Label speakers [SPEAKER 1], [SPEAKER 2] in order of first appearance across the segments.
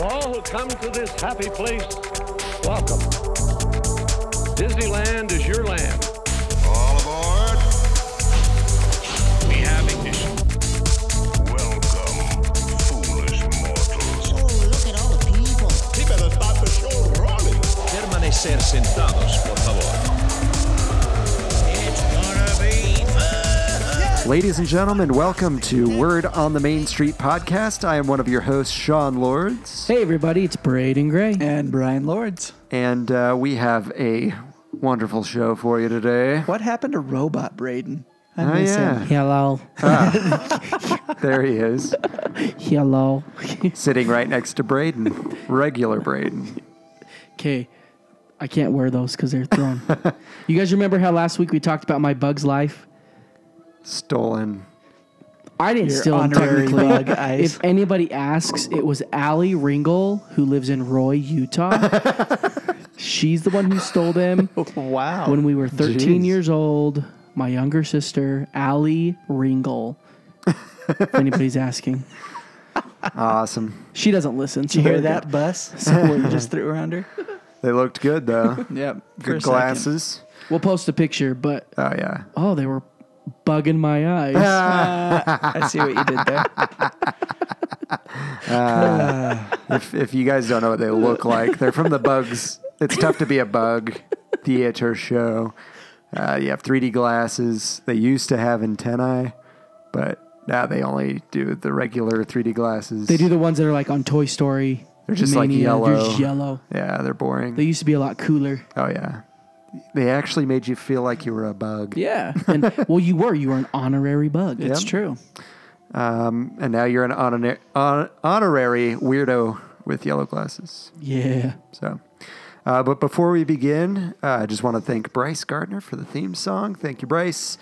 [SPEAKER 1] all who come to this happy place, welcome. Disneyland is your land.
[SPEAKER 2] All aboard.
[SPEAKER 3] We have ignition.
[SPEAKER 2] Welcome, foolish mortals.
[SPEAKER 4] Oh, look at all the people.
[SPEAKER 2] Keeping the top of show rolling.
[SPEAKER 3] Permanecer sentados, por favor.
[SPEAKER 5] Ladies and gentlemen, welcome to Word on the Main Street podcast. I am one of your hosts, Sean Lords,
[SPEAKER 6] Hey everybody, it's Braden Gray.
[SPEAKER 7] And Brian Lords.
[SPEAKER 5] and uh, we have a wonderful show for you today.
[SPEAKER 7] What happened to Robot Braden? I
[SPEAKER 5] Oh,
[SPEAKER 7] miss
[SPEAKER 5] yeah.
[SPEAKER 7] him.
[SPEAKER 6] Hello,
[SPEAKER 5] There he is,
[SPEAKER 6] hello.
[SPEAKER 5] sitting right next to Braden, regular Braden.
[SPEAKER 6] Okay, I can't wear those because they're thrown. you guys remember how last week we talked about my bug's life?
[SPEAKER 5] Stolen.
[SPEAKER 6] I didn't
[SPEAKER 7] Your
[SPEAKER 6] steal them
[SPEAKER 7] honorary
[SPEAKER 6] technically.
[SPEAKER 7] bug eyes.
[SPEAKER 6] If anybody asks, it was Allie Ringel who lives in Roy, Utah. She's the one who stole them
[SPEAKER 7] Wow.
[SPEAKER 6] when we were 13
[SPEAKER 5] Jeez.
[SPEAKER 6] years old. My younger sister, Allie Ringel. if anybody's asking,
[SPEAKER 5] Awesome.
[SPEAKER 6] she doesn't listen. So
[SPEAKER 7] Did you hear
[SPEAKER 6] they're
[SPEAKER 7] that
[SPEAKER 6] good.
[SPEAKER 7] bus? Someone just threw her under?
[SPEAKER 5] They looked good, though.
[SPEAKER 7] Yep. for a
[SPEAKER 5] good
[SPEAKER 7] second.
[SPEAKER 5] glasses.
[SPEAKER 6] We'll post a picture, but
[SPEAKER 5] Oh, yeah.
[SPEAKER 6] Oh, they were bugging my eyes.
[SPEAKER 7] Uh, I see what you did there.
[SPEAKER 5] If, if you guys don't know what they look like, they're from the Bugs. It's tough to be a bug theater show. Uh, you have 3D glasses. They used to have antennae, but now they only do the regular 3D glasses.
[SPEAKER 6] they do the ones that are like on Toy Story.
[SPEAKER 5] They're just like
[SPEAKER 6] Mania.
[SPEAKER 5] yellow.
[SPEAKER 6] They're just yellow.
[SPEAKER 5] Yeah, they're boring.
[SPEAKER 6] They used to be a lot cooler.
[SPEAKER 5] oh yeah, they actually made you feel like you were a bug.
[SPEAKER 7] Yeah.
[SPEAKER 6] And well, you were. You were an honorary bug.
[SPEAKER 7] It's true.
[SPEAKER 5] Um, And now you're an honor- hon- honorary weirdo with yellow glasses.
[SPEAKER 6] Yeah.
[SPEAKER 5] So, uh, but before we begin, uh, I just want to thank Bryce Gardner for the theme song. Thank you, Bryce.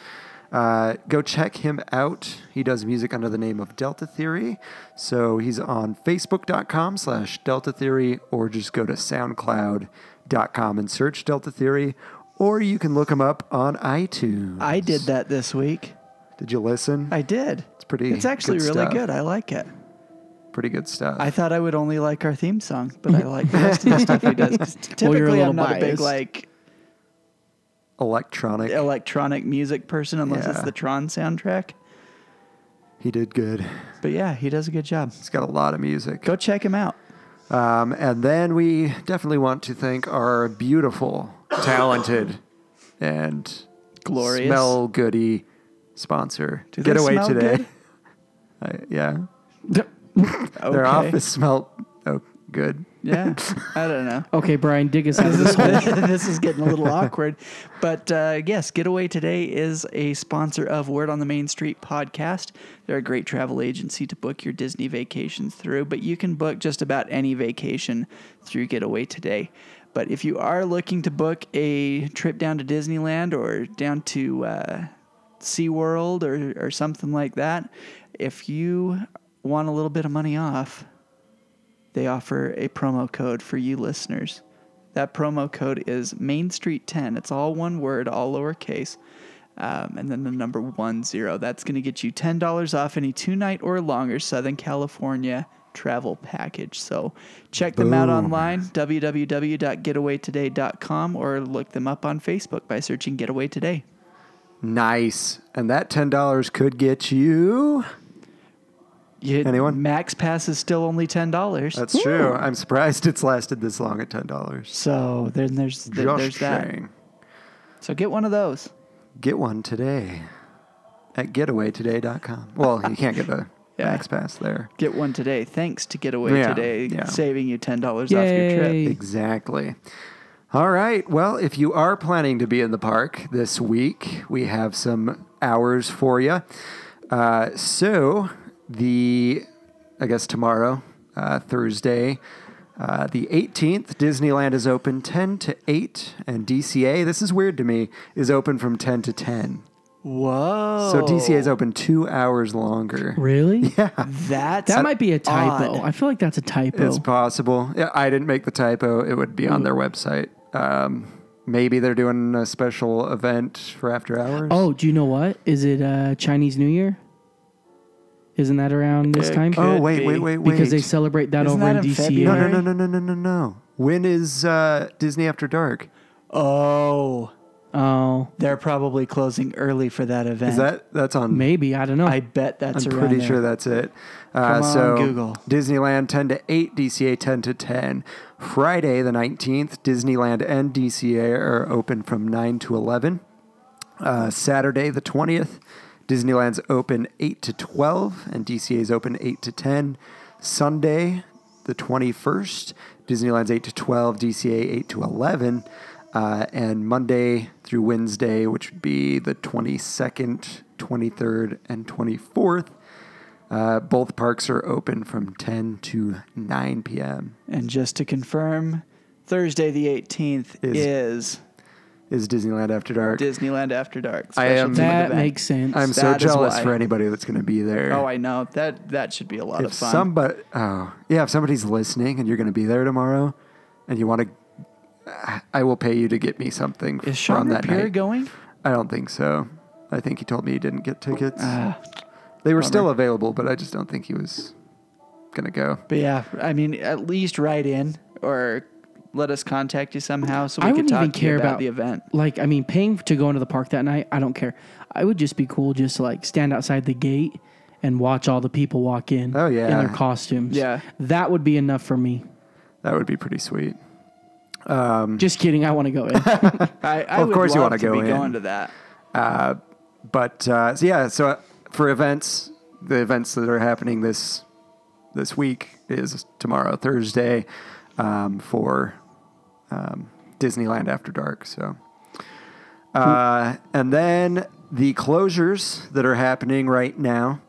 [SPEAKER 5] Uh, go check him out. He does music under the name of Delta Theory. So he's on facebook.com slash Delta Theory or just go to soundcloud.com and search Delta Theory or you can look him up on iTunes.
[SPEAKER 7] I did that this week.
[SPEAKER 5] Did you listen?
[SPEAKER 7] I did. It's
[SPEAKER 5] pretty
[SPEAKER 7] It's actually
[SPEAKER 5] good
[SPEAKER 7] really
[SPEAKER 5] stuff.
[SPEAKER 7] good. I like it.
[SPEAKER 5] Pretty good stuff.
[SPEAKER 7] I thought I would only like our theme song, but I like the rest of the stuff he does. 'Cause
[SPEAKER 6] Well, you're a
[SPEAKER 7] Typically,
[SPEAKER 6] little
[SPEAKER 7] I'm not a big
[SPEAKER 6] biased.
[SPEAKER 7] like
[SPEAKER 5] Electronic.
[SPEAKER 7] electronic music person unless
[SPEAKER 5] Yeah.
[SPEAKER 7] it's the Tron soundtrack.
[SPEAKER 5] he did good.
[SPEAKER 7] But yeah, he does a good job.
[SPEAKER 5] He's got a lot of music.
[SPEAKER 7] Go check him out.
[SPEAKER 5] Um, and then we definitely want to thank our beautiful, talented, and
[SPEAKER 7] Glorious.
[SPEAKER 5] smell goody sponsor.
[SPEAKER 7] Do
[SPEAKER 5] Get
[SPEAKER 7] they
[SPEAKER 5] away
[SPEAKER 7] smell
[SPEAKER 5] today.
[SPEAKER 7] good?
[SPEAKER 5] I- yeah.
[SPEAKER 7] Okay.
[SPEAKER 5] Their office smelled oh, good.
[SPEAKER 7] Yeah. I don't know.
[SPEAKER 6] Okay, Brian, dig us out of this hole.
[SPEAKER 7] this is getting a little awkward. But uh, yes, Getaway Today is a sponsor of Word on the Main Street podcast. They're a great travel agency to book your Disney vacations through, but you can book just about any vacation through Getaway Today. But if you are looking to book a trip down to Disneyland or down to uh, SeaWorld or, or something like that, if you want a little bit of money off, they offer a promo code for you listeners. That promo code is Main Street 10. It's all one word, all lowercase. Um, and then the number one zero. That's going to get you $10 off any two night or longer Southern California travel package. So check them out online, www.getawaytoday.com, or look them up on Facebook by searching Getaway Today.
[SPEAKER 5] Nice. And that ten dollars could get you.
[SPEAKER 7] You-
[SPEAKER 5] Anyone?
[SPEAKER 7] Max Pass is still only $10.
[SPEAKER 5] That's true. I'm surprised it's lasted this long at ten dollars.
[SPEAKER 7] so then there's, there-
[SPEAKER 5] Just
[SPEAKER 7] there's that.
[SPEAKER 5] saying.
[SPEAKER 7] So get one of those.
[SPEAKER 5] Get one today at getawaytoday.com. Well, you can't get a
[SPEAKER 7] Yeah.
[SPEAKER 5] max pass there.
[SPEAKER 7] get one today. Thanks to Getaway
[SPEAKER 5] Yeah,
[SPEAKER 7] Today,
[SPEAKER 5] yeah.
[SPEAKER 7] saving you ten dollars off your
[SPEAKER 6] Yay.
[SPEAKER 7] trip.
[SPEAKER 5] Exactly. All right. Well, if you are planning to be in the park this week, we have some hours for you. Uh, so, the, I guess tomorrow, uh, Thursday, uh, the 18th, Disneyland is open 10 to 8, and DCA, this is weird to me, is open from 10 to 10.
[SPEAKER 7] Whoa!
[SPEAKER 5] So, DCA is open two hours longer.
[SPEAKER 6] Really?
[SPEAKER 7] That's
[SPEAKER 6] That might be a typo.
[SPEAKER 7] odd.
[SPEAKER 6] I feel like that's a typo.
[SPEAKER 7] Oh.
[SPEAKER 5] It's possible. Yeah, I didn't make the typo. It would be
[SPEAKER 7] Hmm.
[SPEAKER 5] on their website. Um, maybe they're doing a special
[SPEAKER 7] Oh,
[SPEAKER 5] event for after hours.
[SPEAKER 6] oh, do you know what? Is it uh, Chinese New Year? Isn't that around this
[SPEAKER 7] It
[SPEAKER 6] time?
[SPEAKER 7] could
[SPEAKER 5] Oh wait,
[SPEAKER 7] be.
[SPEAKER 5] wait, wait, wait.
[SPEAKER 6] because they celebrate that
[SPEAKER 7] Isn't
[SPEAKER 6] over
[SPEAKER 7] that
[SPEAKER 6] in
[SPEAKER 7] in
[SPEAKER 6] DC.
[SPEAKER 5] no, no,
[SPEAKER 7] February?
[SPEAKER 5] no, no, no, no, no, no. When is uh, Disney After Dark?
[SPEAKER 7] Oh,
[SPEAKER 6] Oh,
[SPEAKER 7] they're probably closing early for that event.
[SPEAKER 5] Is that that's on?
[SPEAKER 6] maybe I don't know.
[SPEAKER 7] I bet that's
[SPEAKER 5] I'm
[SPEAKER 7] around
[SPEAKER 5] pretty
[SPEAKER 7] there.
[SPEAKER 5] sure that's it. Uh,
[SPEAKER 7] Come on,
[SPEAKER 5] so
[SPEAKER 7] Google.
[SPEAKER 5] Disneyland 10 to 8, DCA 10 to 10. Friday the 19th, Disneyland and DCA are open from 9 to 11. Uh, Saturday the 20th, Disneyland's open 8 to 12 and DCA's open 8 to 10. Sunday the 21st, Disneyland's 8 to 12, DCA 8 to 11. Uh, and Monday through Wednesday, which would be the 22nd, 23rd, and 24th, uh, both parks are open from 10 to 9 p.m.
[SPEAKER 7] And just to confirm, Thursday the 18th
[SPEAKER 5] Is-
[SPEAKER 7] is,
[SPEAKER 5] Is Disneyland After Dark?
[SPEAKER 7] Disneyland After Dark.
[SPEAKER 5] I am-
[SPEAKER 7] special team
[SPEAKER 6] that
[SPEAKER 7] event.
[SPEAKER 6] makes sense.
[SPEAKER 5] I'm so
[SPEAKER 7] That is
[SPEAKER 5] jealous
[SPEAKER 7] why.
[SPEAKER 5] for anybody that's going to be there.
[SPEAKER 7] Oh, I know that that should be a lot
[SPEAKER 5] if
[SPEAKER 7] of fun.
[SPEAKER 5] somebody, oh yeah, if somebody's listening and you're going to be there tomorrow, and you want to, I will pay you to get me something
[SPEAKER 7] is
[SPEAKER 5] from
[SPEAKER 7] Sean
[SPEAKER 5] that
[SPEAKER 7] Rapier
[SPEAKER 5] night.
[SPEAKER 7] going?
[SPEAKER 5] I don't think so. I think he told me he didn't get tickets.
[SPEAKER 7] Ah,
[SPEAKER 5] they were still available, but I just don't think he was going to go.
[SPEAKER 7] But yeah, I mean, at least write in or let us contact you somehow so we
[SPEAKER 6] I
[SPEAKER 7] can
[SPEAKER 6] wouldn't
[SPEAKER 7] talk
[SPEAKER 6] even
[SPEAKER 7] to
[SPEAKER 6] care
[SPEAKER 7] you about,
[SPEAKER 6] about-
[SPEAKER 7] the event.
[SPEAKER 6] like I mean, paying to go into the park that night, I don't care. I would just be cool just to like stand outside the gate and watch all the people walk in.
[SPEAKER 5] Oh,
[SPEAKER 6] in
[SPEAKER 5] yeah.
[SPEAKER 6] their costumes.
[SPEAKER 7] Yeah.
[SPEAKER 6] that would be enough for me.
[SPEAKER 5] That would be pretty sweet. Mm.
[SPEAKER 6] Just kidding. I want to go in.
[SPEAKER 7] I, I
[SPEAKER 5] Well, of
[SPEAKER 7] would
[SPEAKER 5] course you
[SPEAKER 7] love
[SPEAKER 5] wanna
[SPEAKER 7] to
[SPEAKER 5] go
[SPEAKER 7] be
[SPEAKER 5] in.
[SPEAKER 7] going to that.
[SPEAKER 5] but uh, so yeah, so uh, for events, the events that are happening this this week is tomorrow, Thursday, um, for um, Disneyland After Dark. So, uh, and then the closures that are happening right now.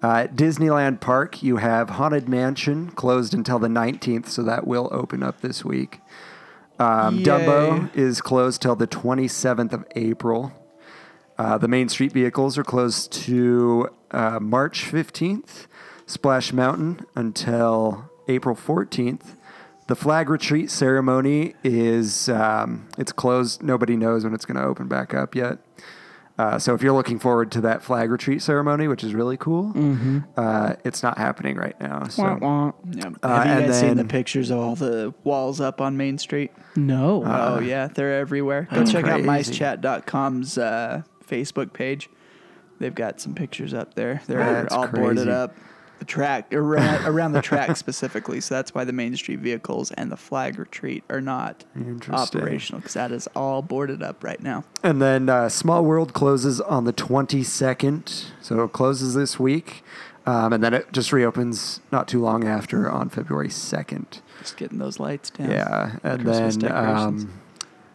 [SPEAKER 5] Uh, at Disneyland Park, you have Haunted Mansion closed until the 19th, so that will open up this week. Um, Dumbo is closed till the 27th of April. Uh, the Main Street vehicles are closed to uh, March 15th, Splash Mountain until April 14th. The flag retreat ceremony is um, it's closed. Nobody knows when it's going to open back up yet. Uh, so if you're looking forward to that flag retreat ceremony, which is really cool, uh, it's not happening right now. So
[SPEAKER 6] Mm-hmm. Wah, wah.
[SPEAKER 7] Yeah.
[SPEAKER 5] Uh,
[SPEAKER 7] Have you
[SPEAKER 5] and
[SPEAKER 7] guys seen the
[SPEAKER 5] then- Uh,
[SPEAKER 7] pictures of all the walls up on Main Street?
[SPEAKER 6] No,
[SPEAKER 7] oh yeah, they're everywhere. Go check out
[SPEAKER 5] crazy.
[SPEAKER 7] micechat.com's uh, Facebook page. They've got some pictures up there. They're
[SPEAKER 5] That's
[SPEAKER 7] all boarded
[SPEAKER 5] crazy.
[SPEAKER 7] up. The track around, around the track specifically, so that's why the Main Street vehicles and the flag retreat are not
[SPEAKER 5] Interesting.
[SPEAKER 7] operational because that is all boarded up right now.
[SPEAKER 5] And then uh, Small World closes on the 22nd. So it closes this week. Um, and then it just reopens not too long after on February 2nd.
[SPEAKER 7] Just getting those lights down.
[SPEAKER 5] Yeah. And
[SPEAKER 7] Christmas
[SPEAKER 5] then
[SPEAKER 7] decorations.
[SPEAKER 5] um,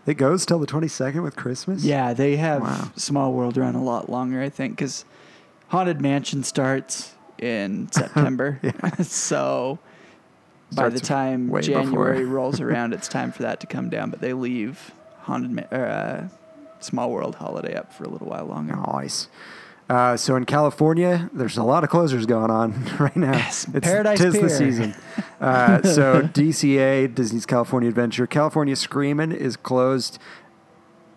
[SPEAKER 5] it goes till the 22nd with Christmas.
[SPEAKER 7] Yeah, they have
[SPEAKER 5] Wow.
[SPEAKER 7] Small World run a lot longer, I think, because Haunted Mansion starts in September. so by the
[SPEAKER 5] Starts
[SPEAKER 7] time
[SPEAKER 5] way before.
[SPEAKER 7] January rolls around, it's time for that to come down. But they leave Haunted Ma- or, uh, Small World Holiday up for a little while longer.
[SPEAKER 5] Nice. Uh, so in California, there's a lot of closures going on right now.
[SPEAKER 7] Yes, Paradise
[SPEAKER 5] tis the
[SPEAKER 7] Pier.
[SPEAKER 5] season. Uh, so DCA, Disney's California Adventure, California Screamin' is closed.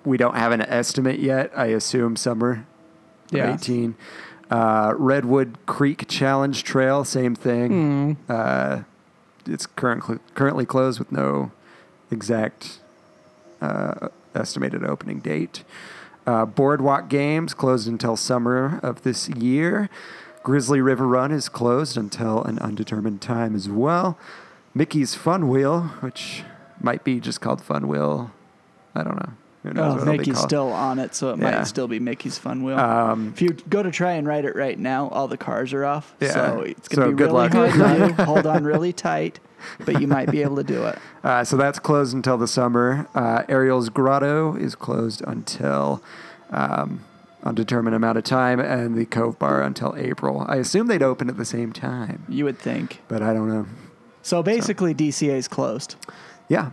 [SPEAKER 5] We don't have an estimate yet. I assume summer of
[SPEAKER 7] Yeah.
[SPEAKER 5] 18. Uh, Redwood Creek Challenge Trail, same thing.
[SPEAKER 7] Hmm.
[SPEAKER 5] Uh, it's currently currently closed with no exact uh, estimated opening date. Uh, Boardwalk Games closed until summer of this year. Grizzly River Run is closed until an undetermined time as well. Mickey's Fun Wheel, which might be just called Fun Wheel. I don't know. Who knows
[SPEAKER 7] Oh,
[SPEAKER 5] what it'll be
[SPEAKER 7] Mickey's
[SPEAKER 5] called.
[SPEAKER 7] still on it, so it
[SPEAKER 5] Yeah. Um,
[SPEAKER 7] might still be Mickey's Fun Wheel. if you go to try and ride it right now, all the cars are off,
[SPEAKER 5] Yeah.
[SPEAKER 7] so it's
[SPEAKER 5] So
[SPEAKER 7] gonna be
[SPEAKER 5] good
[SPEAKER 7] really
[SPEAKER 5] luck.
[SPEAKER 7] hard to do. hold on really tight, but you might be able to do it.
[SPEAKER 5] Uh, so that's closed until the summer. Uh, Ariel's Grotto is closed until um, undetermined amount of time, and the Cove Bar until April. I assume they'd open at the same time,
[SPEAKER 7] You would think.
[SPEAKER 5] but I don't know.
[SPEAKER 7] So basically, DCA is closed.
[SPEAKER 5] Yeah,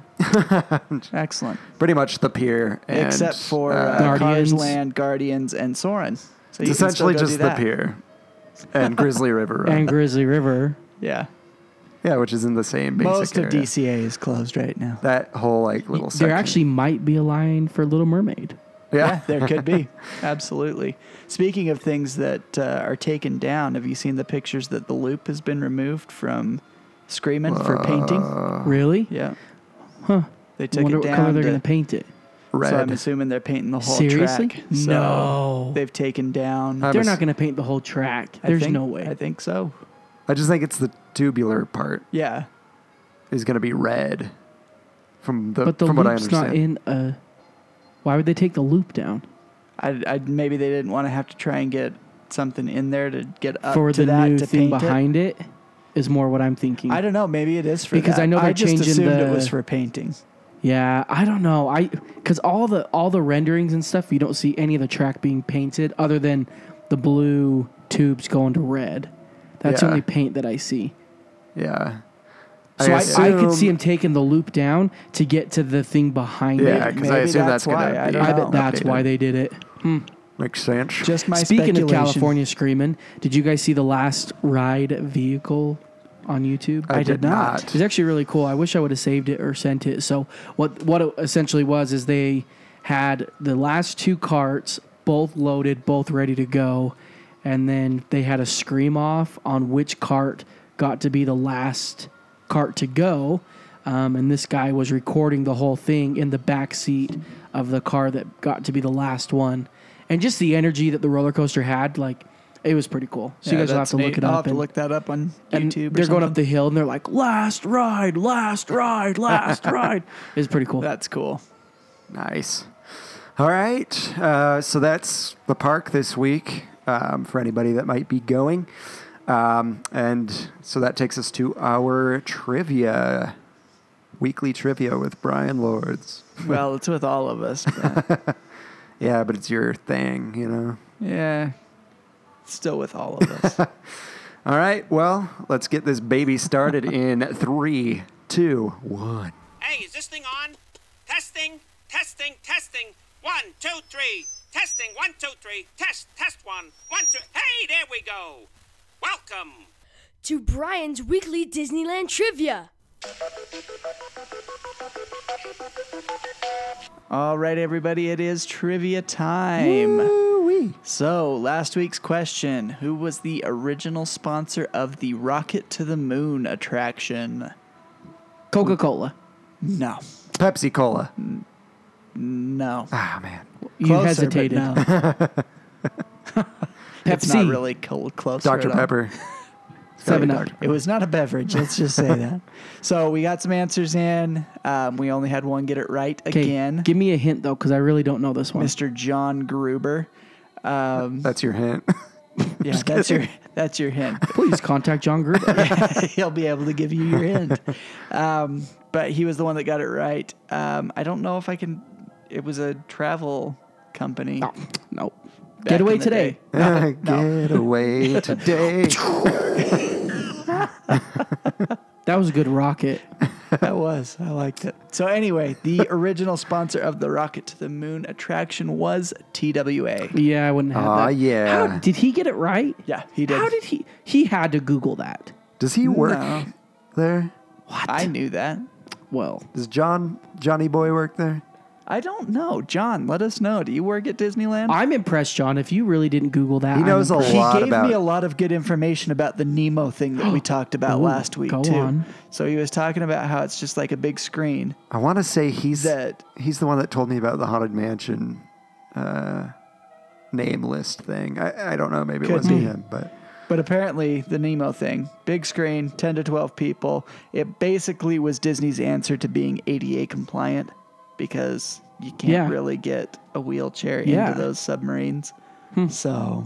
[SPEAKER 7] Excellent.
[SPEAKER 5] pretty much the pier, and,
[SPEAKER 7] Except for
[SPEAKER 5] uh,
[SPEAKER 7] uh,
[SPEAKER 6] Guardians.
[SPEAKER 7] Cars Land, Guardians, and Soren. So
[SPEAKER 5] it's
[SPEAKER 7] you can still
[SPEAKER 5] essentially
[SPEAKER 7] go do
[SPEAKER 5] just the
[SPEAKER 7] that.
[SPEAKER 5] pier and Grizzly River Run.
[SPEAKER 6] and Grizzly River.
[SPEAKER 7] Yeah.
[SPEAKER 5] yeah, which is in the same basic
[SPEAKER 7] Most of
[SPEAKER 5] area.
[SPEAKER 7] DCA is closed right now.
[SPEAKER 5] That whole like little
[SPEAKER 6] There
[SPEAKER 5] section.
[SPEAKER 6] actually might be a line for Little Mermaid.
[SPEAKER 5] Yeah.
[SPEAKER 7] there could be. Absolutely. Speaking of things that uh, are taken down, have you seen the pictures that the loop has been removed from Screaming for
[SPEAKER 5] Uh,
[SPEAKER 7] painting?
[SPEAKER 6] really?
[SPEAKER 7] Yeah.
[SPEAKER 6] Huh.
[SPEAKER 7] They took
[SPEAKER 6] Wonder
[SPEAKER 7] it
[SPEAKER 6] what
[SPEAKER 7] down.
[SPEAKER 6] color they're
[SPEAKER 7] to-
[SPEAKER 6] going to paint it.
[SPEAKER 5] Red.
[SPEAKER 7] So I'm assuming they're painting the whole
[SPEAKER 6] Seriously?
[SPEAKER 7] track. So
[SPEAKER 6] No.
[SPEAKER 7] They've taken down.
[SPEAKER 5] I'm
[SPEAKER 6] They're
[SPEAKER 5] ass-
[SPEAKER 6] not going to paint the whole track.
[SPEAKER 7] I
[SPEAKER 6] There's
[SPEAKER 7] think-
[SPEAKER 6] no way.
[SPEAKER 7] I think so.
[SPEAKER 5] I just think it's the tubular part
[SPEAKER 7] Yeah.
[SPEAKER 5] is going to be red. From the,
[SPEAKER 6] but the
[SPEAKER 5] from what I
[SPEAKER 6] loop's
[SPEAKER 5] understand.
[SPEAKER 6] not in a. Why would they take the loop down?
[SPEAKER 7] I, I maybe they didn't want to have to try and get something in there to get up
[SPEAKER 6] for
[SPEAKER 7] to
[SPEAKER 6] the
[SPEAKER 7] that
[SPEAKER 6] new
[SPEAKER 7] to
[SPEAKER 6] thing
[SPEAKER 7] paint it.
[SPEAKER 6] behind it is more what I'm thinking.
[SPEAKER 7] I don't know. Maybe it is for
[SPEAKER 6] Because
[SPEAKER 7] that.
[SPEAKER 6] I know they're
[SPEAKER 7] just
[SPEAKER 6] changing
[SPEAKER 7] assumed
[SPEAKER 6] the-
[SPEAKER 7] it was for painting.
[SPEAKER 6] yeah, I don't know. I because all the all the renderings and stuff, you don't see any of the track being painted other than the blue tubes going to red. That's the
[SPEAKER 5] Yeah.
[SPEAKER 6] only paint that I see.
[SPEAKER 5] yeah.
[SPEAKER 6] So I, I, could see
[SPEAKER 5] assume-
[SPEAKER 6] him taking the loop down to get to the thing behind
[SPEAKER 5] Yeah,
[SPEAKER 6] it.
[SPEAKER 5] because I
[SPEAKER 7] Maybe
[SPEAKER 5] assume that's,
[SPEAKER 7] that's
[SPEAKER 5] going
[SPEAKER 7] why. I
[SPEAKER 5] to be.
[SPEAKER 7] don't
[SPEAKER 6] I
[SPEAKER 7] know.
[SPEAKER 6] bet that's
[SPEAKER 5] updated.
[SPEAKER 6] why they did it.
[SPEAKER 5] Makes sense.
[SPEAKER 7] Just my
[SPEAKER 6] Speaking of
[SPEAKER 7] speculation.
[SPEAKER 6] California Screaming, did you guys see the last ride vehicle on YouTube?
[SPEAKER 5] I,
[SPEAKER 7] did not.
[SPEAKER 6] It's actually really cool. I wish I would have saved it or sent it. So what what it essentially was is they had the last two carts both loaded, both ready to go, and then they had a scream off on which cart got to be the last cart to go. Um, and this guy was recording the whole thing in the back seat of the car that got to be the last one, and just the energy that the roller coaster had, like it was pretty cool. So
[SPEAKER 7] Yeah,
[SPEAKER 6] you guys will have
[SPEAKER 7] that's
[SPEAKER 6] to look
[SPEAKER 7] neat.
[SPEAKER 6] it
[SPEAKER 7] I'll
[SPEAKER 6] up.
[SPEAKER 7] have to
[SPEAKER 6] and-
[SPEAKER 7] look that up on
[SPEAKER 6] and
[SPEAKER 7] YouTube. or
[SPEAKER 6] they're going up
[SPEAKER 7] something.
[SPEAKER 6] the hill and they're like, last ride, last ride, last ride. It's pretty cool.
[SPEAKER 7] That's cool.
[SPEAKER 5] Nice. All right. Uh, so that's the park this week um, for anybody that might be going. Um, and so that takes us to our trivia, weekly trivia with Brian Lords.
[SPEAKER 7] Well, it's with all of us. but-
[SPEAKER 5] Yeah, but it's your thing, you know.
[SPEAKER 7] yeah. Still with all of us.
[SPEAKER 5] All right. Well, let's get this baby started in three, two, one.
[SPEAKER 4] Hey, is this thing on? Testing, testing, testing. One, two, three. Testing, one, two, three. Test, test one, one, two. Hey, there we go. Welcome.
[SPEAKER 8] to Brian's weekly Disneyland trivia.
[SPEAKER 7] all right, everybody. It is trivia time.
[SPEAKER 5] Ooh-wee.
[SPEAKER 7] So, last week's question Who was the original sponsor of the Rocket to the Moon attraction?
[SPEAKER 6] Coca Cola.
[SPEAKER 7] No.
[SPEAKER 5] Pepsi Cola.
[SPEAKER 7] No.
[SPEAKER 5] Ah, man.
[SPEAKER 6] You
[SPEAKER 7] Closer, but
[SPEAKER 6] hesitated.
[SPEAKER 7] no. It's
[SPEAKER 6] Pepsi.
[SPEAKER 7] not really col- close.
[SPEAKER 5] Dr.
[SPEAKER 7] at all.
[SPEAKER 5] Pepper.
[SPEAKER 6] Seven
[SPEAKER 5] Sorry,
[SPEAKER 6] Up.
[SPEAKER 5] Dr.
[SPEAKER 7] It was not a beverage. Let's just say that. So we got some answers in. Um, we only had one get it right
[SPEAKER 6] Okay,
[SPEAKER 7] again.
[SPEAKER 6] give me a hint though, because I really don't know this one.
[SPEAKER 7] Mr. John Gruber. Um,
[SPEAKER 5] That's your hint.
[SPEAKER 7] yeah, that's your that's your hint.
[SPEAKER 6] Please contact John Gruber.
[SPEAKER 7] He'll be able to give you your hint. Um, but he was the one that got it right. Um, I don't know if I can. It was a travel company.
[SPEAKER 6] no, no.
[SPEAKER 7] back
[SPEAKER 6] Get away
[SPEAKER 7] in the
[SPEAKER 6] today.
[SPEAKER 7] day.
[SPEAKER 5] Get away today.
[SPEAKER 6] That was a good rocket.
[SPEAKER 7] That was. I liked it. So anyway, the original sponsor of the Rocket to the Moon attraction was TWA.
[SPEAKER 6] Yeah, I wouldn't have
[SPEAKER 5] Aw,
[SPEAKER 6] that.
[SPEAKER 5] yeah.
[SPEAKER 6] How, did he get it right?
[SPEAKER 7] Yeah, he did.
[SPEAKER 6] How did he? He had to Google that.
[SPEAKER 5] Does he work
[SPEAKER 7] No.
[SPEAKER 5] there?
[SPEAKER 7] I knew that.
[SPEAKER 6] Well,
[SPEAKER 5] Does John Johnny Boy work there?
[SPEAKER 7] I don't know, John. Let us know. Do you work at Disneyland?
[SPEAKER 6] I'm impressed, John. If you really didn't Google that,
[SPEAKER 5] He
[SPEAKER 6] I'm
[SPEAKER 5] knows a
[SPEAKER 6] impressed.
[SPEAKER 7] he
[SPEAKER 5] lot
[SPEAKER 7] gave
[SPEAKER 5] about
[SPEAKER 7] me a lot of good information about the Nemo thing that we talked about
[SPEAKER 6] Ooh,
[SPEAKER 7] last week
[SPEAKER 6] go
[SPEAKER 7] too.
[SPEAKER 6] on.
[SPEAKER 7] So he was talking about how it's just like a big screen.
[SPEAKER 5] I want to say he's
[SPEAKER 7] That-
[SPEAKER 5] he's the one that told me about the haunted mansion uh, name list thing. I, I don't know. Maybe it
[SPEAKER 7] Could
[SPEAKER 5] wasn't
[SPEAKER 7] be.
[SPEAKER 5] him, but
[SPEAKER 7] But apparently, the Nemo thing, big screen, 10 to 12 people, it basically was Disney's answer to being ADA compliant because you can't
[SPEAKER 6] Yeah.
[SPEAKER 7] really get a wheelchair
[SPEAKER 6] Yeah. Hmm.
[SPEAKER 7] into those submarines. So,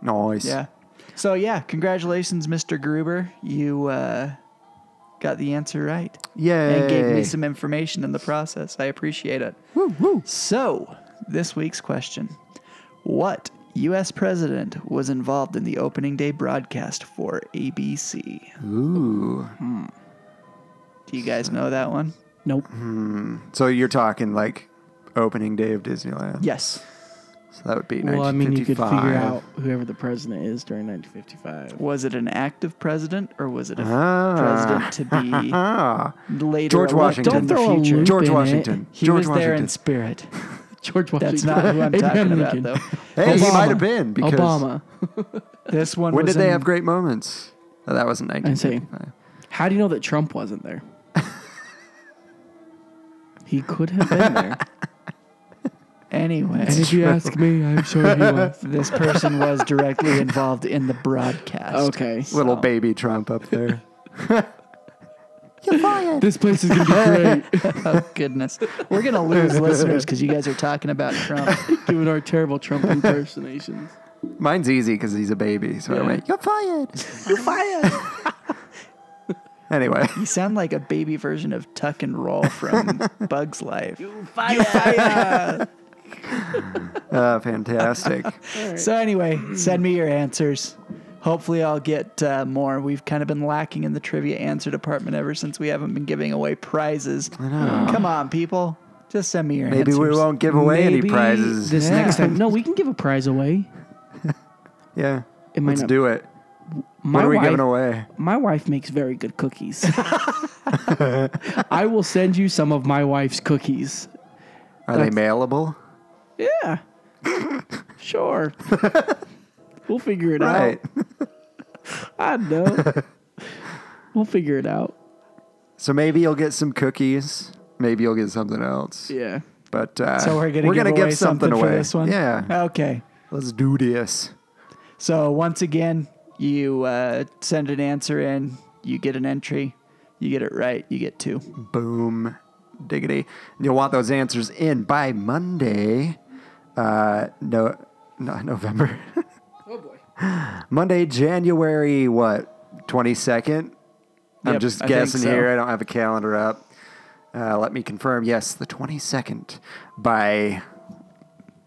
[SPEAKER 5] noise.
[SPEAKER 7] yeah. So, yeah, congratulations, Mr. Gruber. You uh, got the answer right
[SPEAKER 5] Yay.
[SPEAKER 7] and gave me some information in the process. I appreciate it. So, this week's question What U.S. president was involved in the opening day broadcast for ABC?
[SPEAKER 5] Ooh.
[SPEAKER 7] Do you guys know that one?
[SPEAKER 6] Nope.
[SPEAKER 5] So you're talking like opening day of Disneyland.
[SPEAKER 7] Yes.
[SPEAKER 5] So that would be
[SPEAKER 6] Well, I mean, you could
[SPEAKER 5] 1955.
[SPEAKER 6] figure out whoever the president is during 1955.
[SPEAKER 7] Was it an active president or was it a
[SPEAKER 5] Ah.
[SPEAKER 7] president to
[SPEAKER 5] Ah,
[SPEAKER 7] be later?
[SPEAKER 5] George
[SPEAKER 7] elected
[SPEAKER 5] Washington.
[SPEAKER 7] In the
[SPEAKER 6] Don't throw a
[SPEAKER 7] future?
[SPEAKER 6] loop
[SPEAKER 5] George
[SPEAKER 6] in it.
[SPEAKER 5] Washington.
[SPEAKER 7] He
[SPEAKER 5] George
[SPEAKER 7] was there
[SPEAKER 5] Washington.
[SPEAKER 7] in spirit.
[SPEAKER 6] George Washington.
[SPEAKER 7] That's not who I'm
[SPEAKER 6] Abraham
[SPEAKER 7] talking about,
[SPEAKER 6] Lincoln.
[SPEAKER 7] though.
[SPEAKER 5] Hey, he
[SPEAKER 6] Obama.
[SPEAKER 5] might have been because
[SPEAKER 6] Obama.
[SPEAKER 7] This one.
[SPEAKER 5] when
[SPEAKER 7] was
[SPEAKER 5] did they
[SPEAKER 7] in-
[SPEAKER 5] have great moments? Oh, that wasn't
[SPEAKER 6] I see.
[SPEAKER 5] 1955.
[SPEAKER 6] How do you know that Trump wasn't there? he could have been there.
[SPEAKER 7] Anyway,
[SPEAKER 6] and if you ask me, I'm sure he was.
[SPEAKER 7] this person was directly involved in the broadcast.
[SPEAKER 6] Okay.
[SPEAKER 5] Little baby Trump up there.
[SPEAKER 6] This place is going to be great.
[SPEAKER 7] Oh goodness, we're gonna lose listeners because you guys are talking about Trump.
[SPEAKER 6] doing our terrible Trump impersonations.
[SPEAKER 5] Mine's easy because he's a baby. So I went, you're fired.
[SPEAKER 7] You're fired.
[SPEAKER 5] Anyway,
[SPEAKER 7] You sound like a baby version of Tuck and Roll from Bug's Life.
[SPEAKER 5] uh, fantastic.
[SPEAKER 7] So anyway, send me your answers. Hopefully, I'll get uh, more. We've kind of been lacking in the trivia answer department ever since we haven't been giving away prizes. Come on, people, just send me your
[SPEAKER 5] Maybe
[SPEAKER 7] answers.
[SPEAKER 5] we won't give away any
[SPEAKER 6] Maybe
[SPEAKER 5] prizes.
[SPEAKER 6] This
[SPEAKER 7] Yeah.
[SPEAKER 6] next time, no, we can give a prize away.
[SPEAKER 5] yeah.
[SPEAKER 6] It might
[SPEAKER 5] Let's
[SPEAKER 6] not-
[SPEAKER 5] do it.
[SPEAKER 6] My
[SPEAKER 5] what are we
[SPEAKER 6] wife,
[SPEAKER 5] giving away?
[SPEAKER 6] My wife makes very good cookies. I will send you some of my wife's cookies.
[SPEAKER 5] Are they mailable?
[SPEAKER 6] Yeah, sure. we'll figure it
[SPEAKER 5] Right.
[SPEAKER 6] out. I don't know. we'll figure it out.
[SPEAKER 5] So maybe you'll get some cookies. Maybe you'll get something else.
[SPEAKER 6] Yeah.
[SPEAKER 5] But uh,
[SPEAKER 7] So we're gonna give away something for this one?
[SPEAKER 5] Yeah.
[SPEAKER 7] Okay.
[SPEAKER 5] Let's do this.
[SPEAKER 7] So once again, you uh, send an answer in, you get an entry, you get it right, you get two.
[SPEAKER 5] Boom. Diggity. You'll want those answers in by Monday. Uh, no, not November. oh boy. Monday, January what? Twenty second. I'm
[SPEAKER 7] Yep,
[SPEAKER 5] just
[SPEAKER 7] I think
[SPEAKER 5] guessing
[SPEAKER 7] so.
[SPEAKER 5] here. I don't have a calendar up. Uh, let me confirm. Yes, the 22nd by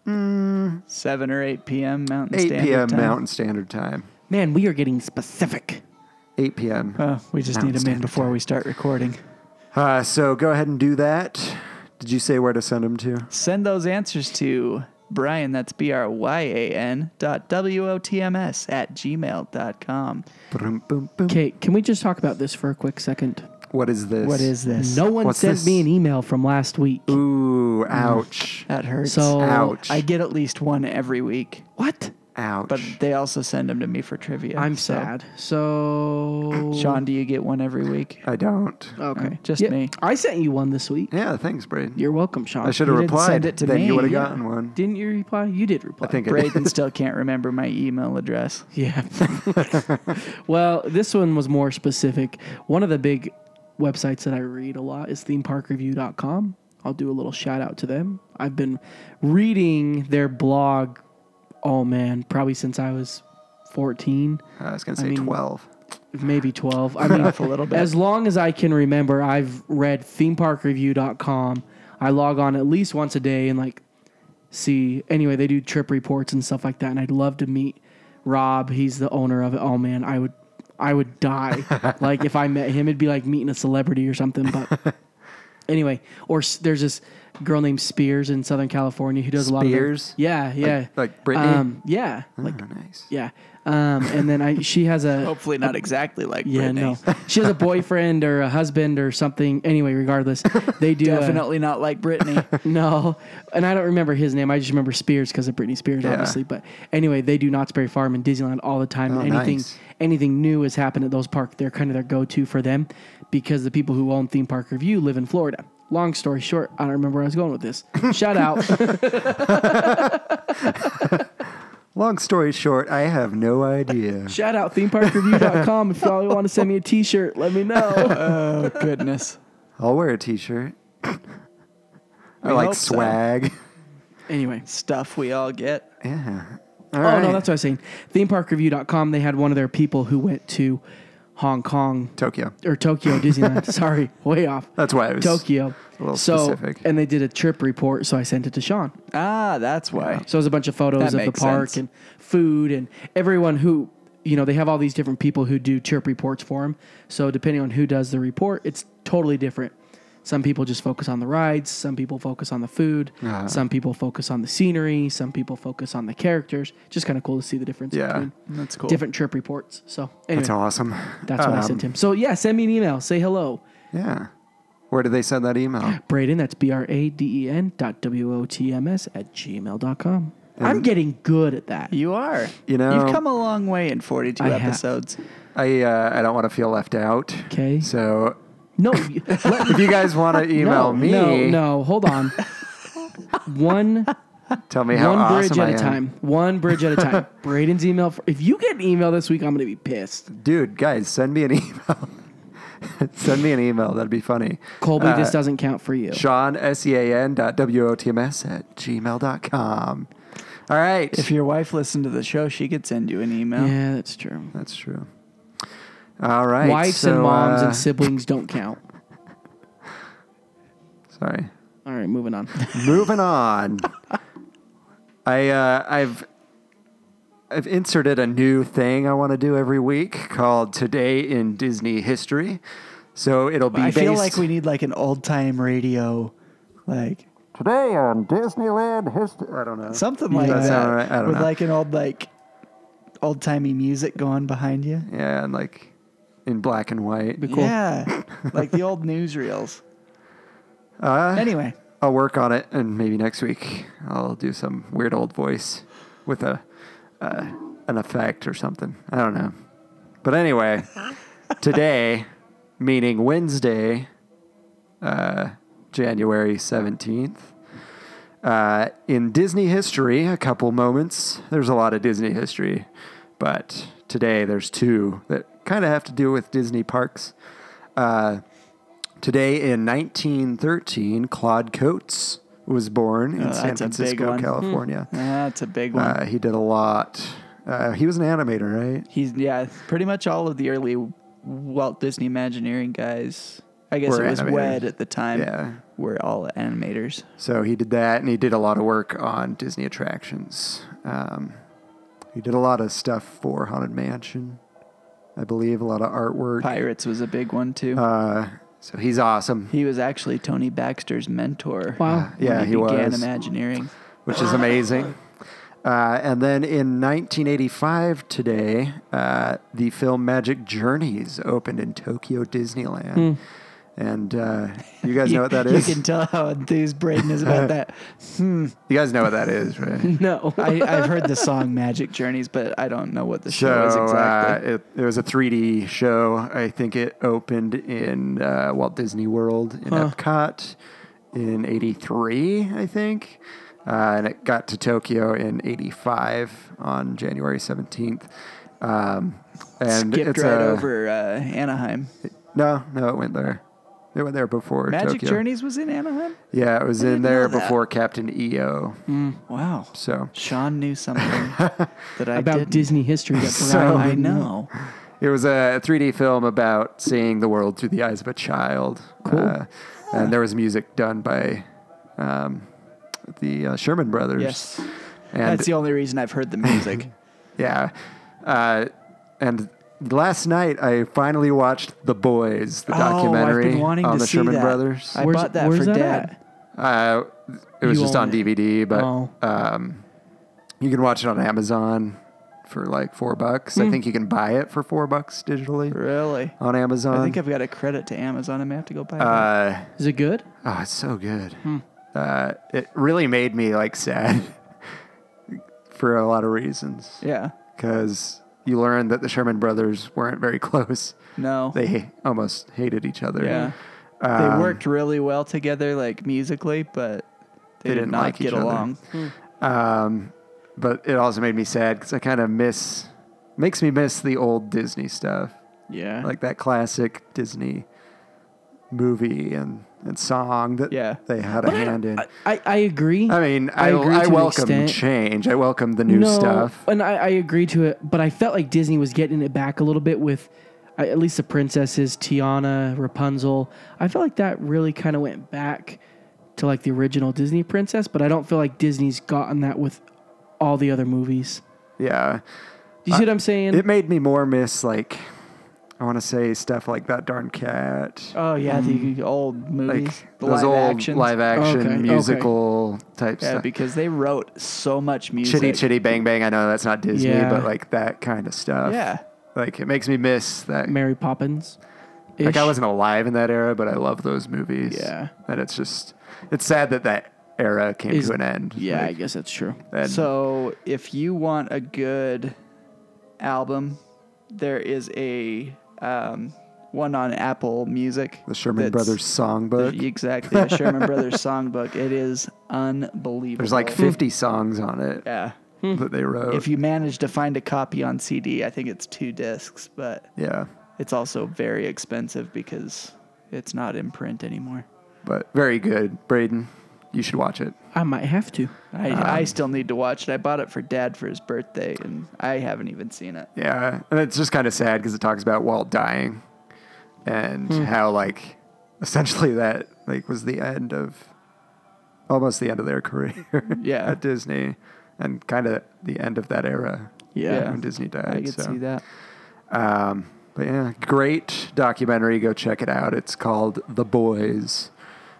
[SPEAKER 7] Seven or eight p.m. Mountain
[SPEAKER 5] 8
[SPEAKER 7] Standard
[SPEAKER 5] p.m.
[SPEAKER 7] Time.
[SPEAKER 5] Mountain Standard Time.
[SPEAKER 6] Man, we are getting specific.
[SPEAKER 5] 8 p.m.
[SPEAKER 7] Oh, we just
[SPEAKER 5] Mountain
[SPEAKER 7] need them in
[SPEAKER 5] Standard
[SPEAKER 7] before we start recording.
[SPEAKER 5] Uh, so go ahead and do that. Did you say where to send them to?
[SPEAKER 7] Send those answers to Brian. That's b r y a n dot w o t m s at gmail dot com.
[SPEAKER 5] Boom, boom, boom.
[SPEAKER 6] Okay, can we just talk about this for a quick second?
[SPEAKER 5] What is this?
[SPEAKER 7] What is this?
[SPEAKER 6] No one
[SPEAKER 5] What's
[SPEAKER 6] sent
[SPEAKER 5] this?
[SPEAKER 6] me an email from last week.
[SPEAKER 5] Ooh, ouch.
[SPEAKER 7] that hurts.
[SPEAKER 6] So
[SPEAKER 5] Ouch.
[SPEAKER 7] I get at least one every week,
[SPEAKER 6] what?
[SPEAKER 5] ouch.
[SPEAKER 7] but they also send them to me for trivia.
[SPEAKER 6] I'm
[SPEAKER 7] so-
[SPEAKER 6] sad. So
[SPEAKER 7] Sean, do you get one every week?
[SPEAKER 5] I don't.
[SPEAKER 6] okay,
[SPEAKER 7] just me.
[SPEAKER 6] I sent you one this week.
[SPEAKER 5] Yeah, thanks, Braden.
[SPEAKER 6] You're welcome, Sean.
[SPEAKER 5] I should have
[SPEAKER 7] you didn't
[SPEAKER 5] replied.
[SPEAKER 7] send it to
[SPEAKER 5] then you
[SPEAKER 7] me.
[SPEAKER 5] would have
[SPEAKER 7] Yeah.
[SPEAKER 5] gotten one.
[SPEAKER 6] Didn't you reply? You did reply.
[SPEAKER 5] I think I did.
[SPEAKER 7] Braden still can't remember my email address.
[SPEAKER 6] Yeah. well, this one was more specific. One of the big websites that I read a lot is themeparkreview.com. I'll do a little shout out to them. I've been reading their blog, oh man, probably since I was 14.
[SPEAKER 5] I was going to say
[SPEAKER 6] mean-
[SPEAKER 5] 12.
[SPEAKER 6] maybe 12 i mean
[SPEAKER 7] Off a little bit.
[SPEAKER 6] as long as i can remember i've read themeparkreview.com i log on at least once a day and like see anyway they do trip reports and stuff like that and i'd love to meet rob he's the owner of it oh man i would i would die like if i met him it'd be like meeting a celebrity or something but anyway or s- there's this girl named spears in southern california who does a lot of their-
[SPEAKER 5] Spears?
[SPEAKER 6] yeah yeah
[SPEAKER 5] like Britney?
[SPEAKER 6] um, yeah like
[SPEAKER 5] oh, nice.
[SPEAKER 6] yeah um, and then i she has a
[SPEAKER 7] Hopefully, not exactly like
[SPEAKER 6] yeah,
[SPEAKER 7] Brittany.
[SPEAKER 6] no. She has a boyfriend or a husband or something. Anyway, regardless, they do a-
[SPEAKER 7] Definitely not like Brittany.
[SPEAKER 6] no, and I don't remember his name. I just remember Spears because of Britney Spears,
[SPEAKER 5] Yeah.
[SPEAKER 6] obviously. But anyway, they do Knott's Berry Farm and Disneyland all the time.
[SPEAKER 5] Oh,
[SPEAKER 6] and anything
[SPEAKER 5] nice.
[SPEAKER 6] anything new has happened at those parks. They're kind of their go to for them because the people who own Theme Park Review live in Florida. Long story short, I don't remember where I was going with this. Shout out.
[SPEAKER 5] Long story short, I have no idea.
[SPEAKER 6] Shout out themeparkreview.com. If y'all want to send me a t shirt, let me know.
[SPEAKER 7] oh goodness.
[SPEAKER 5] I'll wear a t shirt. I
[SPEAKER 7] We
[SPEAKER 5] like
[SPEAKER 7] hope so.
[SPEAKER 5] swag.
[SPEAKER 6] Anyway.
[SPEAKER 7] Stuff we all get.
[SPEAKER 5] Yeah. All
[SPEAKER 6] Oh
[SPEAKER 5] right.
[SPEAKER 6] no, that's what I was saying. Themeparkreview.com. They had one of their people who went to Hong Kong
[SPEAKER 5] Tokyo.
[SPEAKER 6] or Tokyo Disneyland. Sorry, way off.
[SPEAKER 5] That's why it was
[SPEAKER 6] Tokyo.
[SPEAKER 5] a little
[SPEAKER 6] so,
[SPEAKER 5] specific.
[SPEAKER 6] and they did a trip report, so I sent it to Sean.
[SPEAKER 7] Ah, that's why.
[SPEAKER 6] So it was a bunch of photos
[SPEAKER 7] That
[SPEAKER 6] of the
[SPEAKER 7] makes
[SPEAKER 6] park
[SPEAKER 7] sense.
[SPEAKER 6] and food and everyone who you know they have all these different people who do trip reports for them. So depending on who does the report, it's totally different. Some people just focus on the rides. Some people focus on the food.
[SPEAKER 7] Uh-huh.
[SPEAKER 6] Some people focus on the scenery. Some people focus on the characters. Just kind of cool to see the difference
[SPEAKER 5] Yeah.
[SPEAKER 6] between
[SPEAKER 7] That's cool.
[SPEAKER 6] different trip reports. So anyway,
[SPEAKER 5] That's awesome.
[SPEAKER 6] that's what I
[SPEAKER 5] Um,
[SPEAKER 6] sent him. So yeah, send me an email. Say hello.
[SPEAKER 5] Yeah. Where did they send that email?
[SPEAKER 6] Braden, that's B R A D E N dot W O T M S at gmail.com. I'm getting good at that.
[SPEAKER 7] You are.
[SPEAKER 5] You know-
[SPEAKER 7] you've come a long way in 42
[SPEAKER 6] I have.
[SPEAKER 7] episodes.
[SPEAKER 5] I uh, I don't want to feel left out.
[SPEAKER 6] 'Kay.
[SPEAKER 5] So
[SPEAKER 6] No, you- let-
[SPEAKER 5] if you guys want to email
[SPEAKER 6] no,
[SPEAKER 5] me,
[SPEAKER 6] no, no, hold on. One
[SPEAKER 5] tell me how
[SPEAKER 6] one
[SPEAKER 5] awesome
[SPEAKER 6] bridge at
[SPEAKER 5] I
[SPEAKER 6] a
[SPEAKER 5] am.
[SPEAKER 6] time. One bridge at a time. Braden's email. For, if you get an email this week, I'm going to be pissed.
[SPEAKER 5] Dude, guys, send me an email. send me an email. That'd be funny.
[SPEAKER 6] Colby,
[SPEAKER 5] Uh,
[SPEAKER 6] this doesn't count for you.
[SPEAKER 5] Sean, S-E-A-N dot W-O-T-M-S at gmail.com. All right.
[SPEAKER 7] If your wife listened to the show, she could send you an email.
[SPEAKER 6] yeah, that's true.
[SPEAKER 5] That's true. All right.
[SPEAKER 6] Wives
[SPEAKER 5] so,
[SPEAKER 6] and moms
[SPEAKER 5] uh,
[SPEAKER 6] and siblings don't count.
[SPEAKER 5] Sorry.
[SPEAKER 6] All right, moving on.
[SPEAKER 5] Moving on. I uh, I've I've inserted a new thing I want to do every week called Today in Disney History. So it'll be
[SPEAKER 7] I
[SPEAKER 5] based
[SPEAKER 7] feel like we need like an old time radio, like
[SPEAKER 5] today on Disneyland history. I don't know.
[SPEAKER 7] something like
[SPEAKER 5] That
[SPEAKER 7] that,
[SPEAKER 5] sound right? I don't
[SPEAKER 7] with
[SPEAKER 5] know.
[SPEAKER 7] like an old like old timey music going behind you.
[SPEAKER 5] Yeah, and like in black and white.
[SPEAKER 6] Be cool.
[SPEAKER 7] Yeah, like the old newsreels. Uh, anyway,
[SPEAKER 5] I'll work on it, and maybe next week I'll do some weird old voice with a uh, an effect or something. I don't know. But anyway, today, meaning Wednesday, uh, January seventeenth, uh, in Disney history, a couple moments. There's a lot of Disney history, but today there's two that kind of have to do with Disney parks. Uh, Today in 1913, Claude Coates was born in
[SPEAKER 7] Oh,
[SPEAKER 5] San
[SPEAKER 7] that's a big
[SPEAKER 5] Francisco,
[SPEAKER 7] one.
[SPEAKER 5] California.
[SPEAKER 7] that's a big one.
[SPEAKER 5] Uh, he did a lot. Uh, he was an animator, right?
[SPEAKER 7] He's yeah, pretty much all of the early Walt Disney Imagineering guys. I guess
[SPEAKER 5] Were
[SPEAKER 7] it was
[SPEAKER 5] animators.
[SPEAKER 7] Wed at the time.
[SPEAKER 5] Yeah.
[SPEAKER 7] were all animators.
[SPEAKER 5] So he did that, and he did a lot of work on Disney attractions. Um, he did a lot of stuff for Haunted Mansion, I believe, a lot of artwork.
[SPEAKER 7] Pirates was a big one too.
[SPEAKER 5] Uh, so he's awesome,
[SPEAKER 7] he was actually Tony Baxter's mentor.
[SPEAKER 6] Wow.
[SPEAKER 7] when
[SPEAKER 5] Yeah, he
[SPEAKER 7] began
[SPEAKER 5] was.
[SPEAKER 7] Imagineering.
[SPEAKER 5] which is amazing. Uh, and then in 1985 today, uh, the film Magic Journeys opened in Tokyo Disneyland. And uh, you guys know what that is?
[SPEAKER 7] Hmm. You can tell how enthused Braden is about that.
[SPEAKER 5] You guys know what that is, right?
[SPEAKER 6] No.
[SPEAKER 7] I, I've heard the song Magic Journeys, but I don't know what the
[SPEAKER 5] so
[SPEAKER 7] show is exactly.
[SPEAKER 5] uh, it, it was a 3D show. I think it opened in uh, Walt Disney World in Epcot in 83, I think. Uh, and it got to Tokyo in 85 on January 17th. Um, and
[SPEAKER 7] Skipped
[SPEAKER 5] it's
[SPEAKER 7] right
[SPEAKER 5] a-
[SPEAKER 7] over uh, Anaheim.
[SPEAKER 5] No, no, it went there. It went there before
[SPEAKER 7] Magic
[SPEAKER 5] Tokyo.
[SPEAKER 7] Journeys was in Anaheim.
[SPEAKER 5] Yeah, it was in
[SPEAKER 7] didn't know
[SPEAKER 5] there
[SPEAKER 7] that.
[SPEAKER 5] before Captain EO.
[SPEAKER 7] Wow.
[SPEAKER 5] So
[SPEAKER 7] Sean knew something that I
[SPEAKER 6] about
[SPEAKER 7] didn't.
[SPEAKER 6] Disney history. That
[SPEAKER 5] So-
[SPEAKER 6] Brian
[SPEAKER 7] I
[SPEAKER 6] didn't
[SPEAKER 7] know.
[SPEAKER 5] It was a 3D film about seeing the world through the eyes of a child. Cool. And there was music done by um, the uh, Sherman Brothers.
[SPEAKER 7] Yes,
[SPEAKER 5] And
[SPEAKER 7] that's the only reason I've heard the music.
[SPEAKER 5] yeah. Uh, and last night I finally watched The Boys, the documentary
[SPEAKER 7] oh, I've been wanting
[SPEAKER 5] on
[SPEAKER 7] to
[SPEAKER 5] the
[SPEAKER 7] see
[SPEAKER 5] Sherman
[SPEAKER 7] that.
[SPEAKER 5] Brothers.
[SPEAKER 7] I
[SPEAKER 6] Where's-
[SPEAKER 7] bought that
[SPEAKER 6] where's
[SPEAKER 7] for
[SPEAKER 6] that
[SPEAKER 7] dad.
[SPEAKER 6] at?
[SPEAKER 5] Uh, it was
[SPEAKER 6] You
[SPEAKER 5] just
[SPEAKER 6] own
[SPEAKER 5] on
[SPEAKER 6] it.
[SPEAKER 5] DVD, but
[SPEAKER 6] Oh.
[SPEAKER 5] um, you can watch it on Amazon for like four bucks. I think you can buy it for four bucks digitally
[SPEAKER 7] Hmm. Really?
[SPEAKER 5] on Amazon.
[SPEAKER 7] I think I've got a credit to Amazon. I may have to go buy that.
[SPEAKER 5] uh,
[SPEAKER 6] Is it good?
[SPEAKER 5] Oh, it's so good.
[SPEAKER 6] Hmm.
[SPEAKER 5] Uh, it really made me like sad for a lot of reasons
[SPEAKER 7] Yeah.
[SPEAKER 5] because you learn that the Sherman brothers weren't very close.
[SPEAKER 7] No.
[SPEAKER 5] They Um, almost hated each other.
[SPEAKER 7] yeah. they worked really well together, like musically, but they, did
[SPEAKER 5] didn't
[SPEAKER 7] not
[SPEAKER 5] like each
[SPEAKER 7] get
[SPEAKER 5] other.
[SPEAKER 7] along.
[SPEAKER 5] But it also made me sad because I kind of miss, makes me miss the old Disney stuff,
[SPEAKER 7] Yeah.
[SPEAKER 5] like that classic Disney movie and, and song that
[SPEAKER 7] Yeah.
[SPEAKER 5] they had a hand in.
[SPEAKER 6] I, I, I agree.
[SPEAKER 5] I mean, I,
[SPEAKER 6] agree
[SPEAKER 5] I,
[SPEAKER 6] to an
[SPEAKER 5] welcome
[SPEAKER 6] extent.
[SPEAKER 5] change. I welcome the new stuff.
[SPEAKER 6] And I, I agree to it, but I felt like Disney was getting it back a little bit with uh, at least the princesses, Tiana, Rapunzel. I felt like that really kind of went back to like the original Disney princess, but I don't feel like Disney's gotten that with all the other movies.
[SPEAKER 5] Yeah.
[SPEAKER 6] Do you see what I'm saying?
[SPEAKER 5] Uh, It made me more miss like I want to say stuff like that darn cat,
[SPEAKER 7] Oh yeah, the old movies,
[SPEAKER 5] Mm. like
[SPEAKER 7] the
[SPEAKER 5] those
[SPEAKER 7] live
[SPEAKER 5] old
[SPEAKER 7] actions.
[SPEAKER 5] live action
[SPEAKER 6] Okay, okay.
[SPEAKER 5] musical type
[SPEAKER 7] yeah,
[SPEAKER 5] stuff.
[SPEAKER 7] because they wrote so much music.
[SPEAKER 5] Chitty Chitty Bang Bang. I know that's not Disney,
[SPEAKER 6] Yeah.
[SPEAKER 5] but like that kind of stuff.
[SPEAKER 7] Yeah.
[SPEAKER 5] Like it makes me miss that.
[SPEAKER 6] Mary Poppins.
[SPEAKER 5] Like I wasn't alive in that era, but I love those movies.
[SPEAKER 7] Yeah.
[SPEAKER 5] and it's just it's sad that that era came
[SPEAKER 6] Is-
[SPEAKER 5] to an end.
[SPEAKER 6] Yeah, I
[SPEAKER 5] Like,
[SPEAKER 6] guess that's true.
[SPEAKER 5] and-
[SPEAKER 7] So if you want a good album, there is a um, one on Apple Music.
[SPEAKER 5] the Sherman
[SPEAKER 7] that's-
[SPEAKER 5] Brothers songbook.
[SPEAKER 7] Exactly, the Sherman Brothers songbook. It is unbelievable.
[SPEAKER 5] There's like 50 songs on it
[SPEAKER 7] yeah.
[SPEAKER 5] that they wrote.
[SPEAKER 7] If you manage to find a copy on CD, I think it's two discs, but
[SPEAKER 5] yeah,
[SPEAKER 7] it's also very expensive because it's not in print anymore.
[SPEAKER 5] but very good, Braden. You should watch it.
[SPEAKER 6] I might have to.
[SPEAKER 7] I,
[SPEAKER 5] Um,
[SPEAKER 7] I still need to watch it. I bought it for Dad for his birthday, and I haven't even seen it.
[SPEAKER 5] Yeah, and it's just kind of sad because it talks about Walt dying and
[SPEAKER 7] Hmm.
[SPEAKER 5] how like essentially that like was the end of almost the end of their career.
[SPEAKER 7] Yeah.
[SPEAKER 5] at Disney, and kind of the end of that era.
[SPEAKER 7] Yeah.
[SPEAKER 5] when Disney died.
[SPEAKER 7] I could
[SPEAKER 5] so. um,
[SPEAKER 7] see that.
[SPEAKER 5] But yeah, great documentary. Go check it out. It's called The Boys,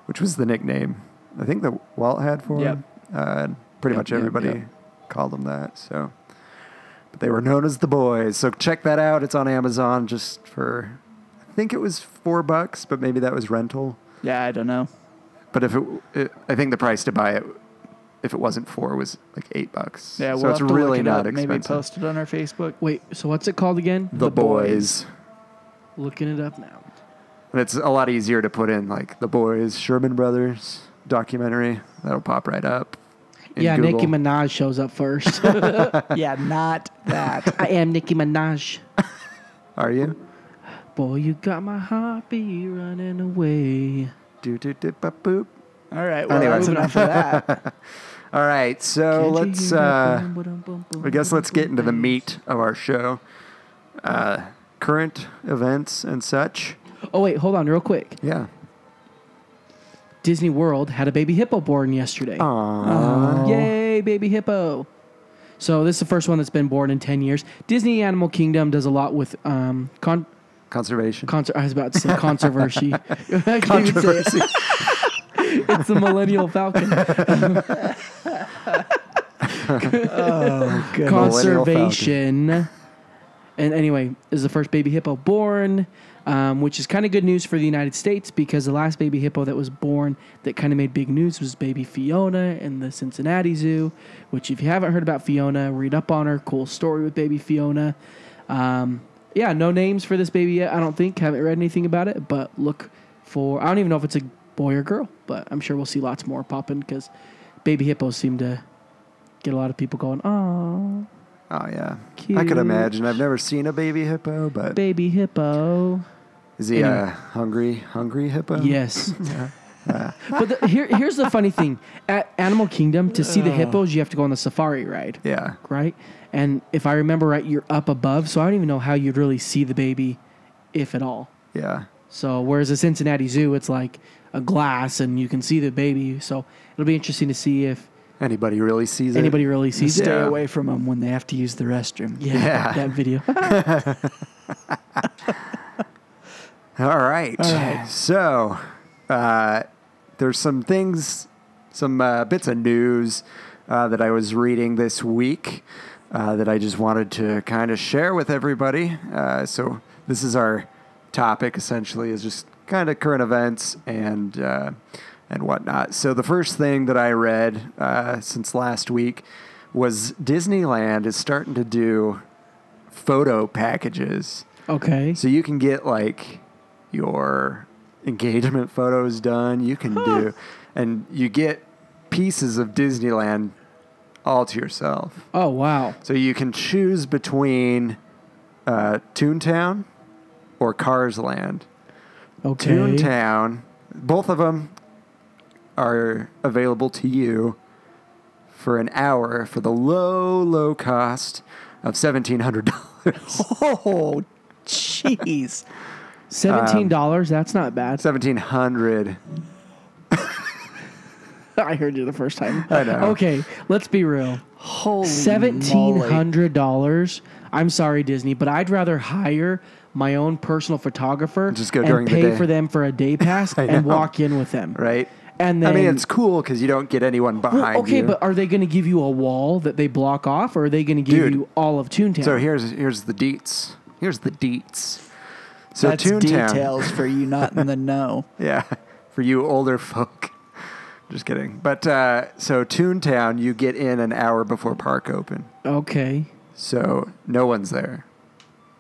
[SPEAKER 5] which was the nickname I think that Walt had for
[SPEAKER 7] Yep.
[SPEAKER 5] him. Uh, and pretty
[SPEAKER 7] Yep,
[SPEAKER 5] much
[SPEAKER 7] yep,
[SPEAKER 5] everybody
[SPEAKER 7] yep.
[SPEAKER 5] called them that. So, but they were known as The Boys. So check that out. It's on Amazon just for I think it was four bucks, but maybe that was rental.
[SPEAKER 7] Yeah, I don't know.
[SPEAKER 5] But if it, it I think the price to buy it, if it wasn't four, was like eight bucks.
[SPEAKER 7] Yeah,
[SPEAKER 5] so
[SPEAKER 7] we'll
[SPEAKER 5] it's
[SPEAKER 7] have to
[SPEAKER 5] really
[SPEAKER 7] look it
[SPEAKER 5] not
[SPEAKER 7] up,
[SPEAKER 5] expensive.
[SPEAKER 7] Maybe post it on our Facebook.
[SPEAKER 6] Wait, so what's it called again?
[SPEAKER 5] the,
[SPEAKER 7] The Boys.
[SPEAKER 5] boys.
[SPEAKER 6] Looking it up now.
[SPEAKER 5] And it's a lot easier to put in like the boys, Sherman Brothers documentary. That'll pop right up. in
[SPEAKER 6] yeah,
[SPEAKER 5] Google.
[SPEAKER 6] Nicki Minaj shows up first.
[SPEAKER 7] yeah, not that.
[SPEAKER 6] I am Nicki Minaj.
[SPEAKER 5] Are you?
[SPEAKER 6] Boy, you got my heartbeat running away.
[SPEAKER 5] Do do do ba boop.
[SPEAKER 7] All right. Well,
[SPEAKER 5] Anyway.
[SPEAKER 7] that's enough of that.
[SPEAKER 5] All right, so
[SPEAKER 6] Can't you
[SPEAKER 5] let's.
[SPEAKER 6] hear that
[SPEAKER 5] Uh,
[SPEAKER 6] boom, boom, boom, boom,
[SPEAKER 5] I guess let's
[SPEAKER 6] boom,
[SPEAKER 5] get into the
[SPEAKER 6] boom?
[SPEAKER 5] meat of our show. Uh, current events and such.
[SPEAKER 6] Oh wait, hold on, real quick.
[SPEAKER 5] Yeah.
[SPEAKER 6] Disney World had a baby hippo born yesterday.
[SPEAKER 5] Uh,
[SPEAKER 6] Yay, baby hippo. So this is the first one that's been born in 10 years. Disney Animal Kingdom does a lot with um con-
[SPEAKER 5] Conservation.
[SPEAKER 6] concert I was about to say controversy. I can't even say it.
[SPEAKER 5] Controversy.
[SPEAKER 6] It's the Millennial Falcon. Conservation. And anyway, this is the first baby hippo born, um, which is kind of good news for the United States because the last baby hippo that was born that kind of made big news was baby Fiona in the Cincinnati Zoo. Which, if you haven't heard about Fiona, read up on her. Cool story with baby Fiona. Um, yeah, no names for this baby yet. I don't think haven't read anything about it, but look for. I don't even know if it's a boy or girl, but I'm sure we'll see lots more popping because baby hippos seem to get a lot of people going. Oh,
[SPEAKER 5] Oh yeah. I
[SPEAKER 6] Cute.
[SPEAKER 5] could imagine. I've never seen a baby hippo, but
[SPEAKER 6] baby hippo.
[SPEAKER 5] is he a
[SPEAKER 6] Anyway.
[SPEAKER 5] hungry, hungry hippo?
[SPEAKER 6] Yes. but the, here, here's the funny thing: at Animal Kingdom, to see the hippos, you have to go on the safari ride,
[SPEAKER 5] Yeah.
[SPEAKER 6] right? And if I remember right, you're up above, so I don't even know how you'd really see the baby, if at all.
[SPEAKER 5] Yeah.
[SPEAKER 6] So whereas the Cincinnati Zoo, it's like a glass and you can see the baby. So it'll be interesting to see if
[SPEAKER 5] Anybody really sees it?
[SPEAKER 6] anybody really sees
[SPEAKER 7] Stay
[SPEAKER 6] it.
[SPEAKER 5] Yeah.
[SPEAKER 7] away from them when they have to use the restroom.
[SPEAKER 6] Yeah,
[SPEAKER 5] Yeah.
[SPEAKER 6] that video.
[SPEAKER 5] All right. So uh, there's some things, some uh, bits of news uh, that I was reading this week uh, that I just wanted to kind of share with everybody. Uh, so this is our topic essentially is just kind of current events and uh, and whatnot. So the first thing that I read uh, since last week was Disneyland is starting to do photo packages.
[SPEAKER 6] okay.
[SPEAKER 5] So you can get like your engagement photos done. You can do, and you get pieces of Disneyland all to yourself.
[SPEAKER 6] Oh wow.
[SPEAKER 5] So you can choose between uh, Toontown or Cars Land.
[SPEAKER 6] Okay.
[SPEAKER 5] Toontown, both of them are available to you for an hour for the low, low cost of seventeen hundred dollars.
[SPEAKER 7] Oh, jeez.
[SPEAKER 5] Um,
[SPEAKER 6] Seventeen dollars. that's not bad.
[SPEAKER 5] seventeen hundred.
[SPEAKER 6] I heard you the first time.
[SPEAKER 7] Uh,
[SPEAKER 5] I know.
[SPEAKER 6] Okay, let's be real.
[SPEAKER 7] Holy
[SPEAKER 6] Seventeen
[SPEAKER 7] moly.
[SPEAKER 6] hundred dollars. I'm sorry, Disney, but I'd rather hire my own personal photographer
[SPEAKER 5] Just go
[SPEAKER 6] and
[SPEAKER 5] during the
[SPEAKER 6] pay
[SPEAKER 5] day.
[SPEAKER 6] for them for a day pass and
[SPEAKER 5] know.
[SPEAKER 6] walk in with them.
[SPEAKER 5] right?
[SPEAKER 6] And
[SPEAKER 5] I mean,
[SPEAKER 6] then-
[SPEAKER 5] it's cool because you don't get anyone
[SPEAKER 6] Well,
[SPEAKER 5] behind
[SPEAKER 6] okay,
[SPEAKER 5] you.
[SPEAKER 6] but are they going to give you a wall that they block off, or are they going to give
[SPEAKER 5] Dude.
[SPEAKER 6] you all of Toontown?
[SPEAKER 5] so here's here's the deets. Here's the deets. So
[SPEAKER 7] That's
[SPEAKER 5] Toontown.
[SPEAKER 7] details for you not in the know.
[SPEAKER 5] Yeah, for you older folk. Just kidding. But uh, so Toontown, you get in an hour before park open.
[SPEAKER 6] Okay.
[SPEAKER 5] So no one's there.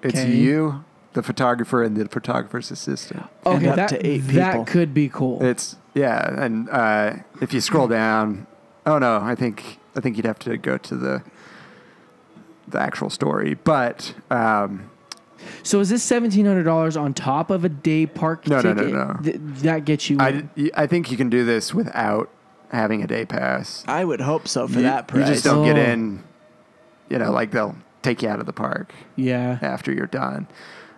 [SPEAKER 5] It's
[SPEAKER 6] Okay.
[SPEAKER 5] you, the photographer, and the photographer's assistant.
[SPEAKER 6] Okay,
[SPEAKER 7] up
[SPEAKER 6] that,
[SPEAKER 7] to eight people.
[SPEAKER 6] that could be cool.
[SPEAKER 5] It's yeah, and uh, if you scroll down, oh no, I think I think you'd have to go to the the actual story. But um,
[SPEAKER 6] so is this seventeen hundred dollars on top of a day park
[SPEAKER 5] No, no,
[SPEAKER 6] ticket?
[SPEAKER 5] no, no.
[SPEAKER 6] Th- that gets you.
[SPEAKER 5] I
[SPEAKER 6] in.
[SPEAKER 7] Mm-hmm.
[SPEAKER 5] I think you can do this without having a day pass.
[SPEAKER 7] I would hope so for
[SPEAKER 5] you,
[SPEAKER 7] that price.
[SPEAKER 5] You just don't get
[SPEAKER 6] Oh.
[SPEAKER 5] in. You know, like they'll take you out of the park
[SPEAKER 6] yeah.
[SPEAKER 5] after you're done.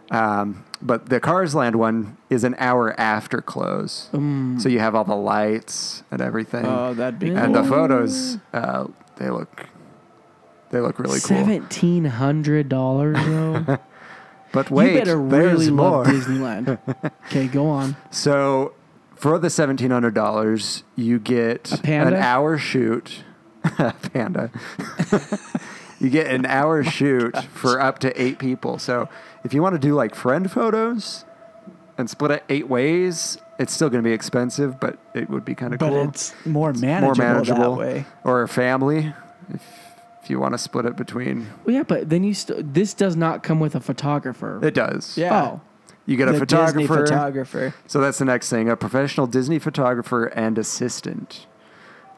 [SPEAKER 5] Um, but the Cars Land one is an hour after close, so you have all the lights and everything,
[SPEAKER 7] Oh, that'd be
[SPEAKER 5] and
[SPEAKER 7] cool.
[SPEAKER 5] the photos. Uh, they look, they look really cool.
[SPEAKER 6] Seventeen hundred dollars though.
[SPEAKER 5] But wait,
[SPEAKER 6] you better
[SPEAKER 5] there's
[SPEAKER 6] really
[SPEAKER 5] more.
[SPEAKER 6] love Disneyland. okay, go on.
[SPEAKER 5] So for the seventeen hundred dollars, you get an
[SPEAKER 6] panda?
[SPEAKER 5] hour shoot. panda. you get an hour shoot for up to eight people. So if you want to do like friend photos and split it eight ways, it's still going to be expensive, but it would be kind of
[SPEAKER 7] but
[SPEAKER 5] cool.
[SPEAKER 7] it's more
[SPEAKER 5] more
[SPEAKER 7] manageable,
[SPEAKER 5] manageable.
[SPEAKER 7] that way.
[SPEAKER 5] Or a family, if, if you want to split it between.
[SPEAKER 6] Well, yeah, but then you st- this does not come with a photographer.
[SPEAKER 5] It does.
[SPEAKER 7] Yeah.
[SPEAKER 6] Oh,
[SPEAKER 5] You get a
[SPEAKER 7] the
[SPEAKER 5] photographer.
[SPEAKER 7] Disney photographer.
[SPEAKER 5] So that's the next thing a professional Disney photographer and assistant.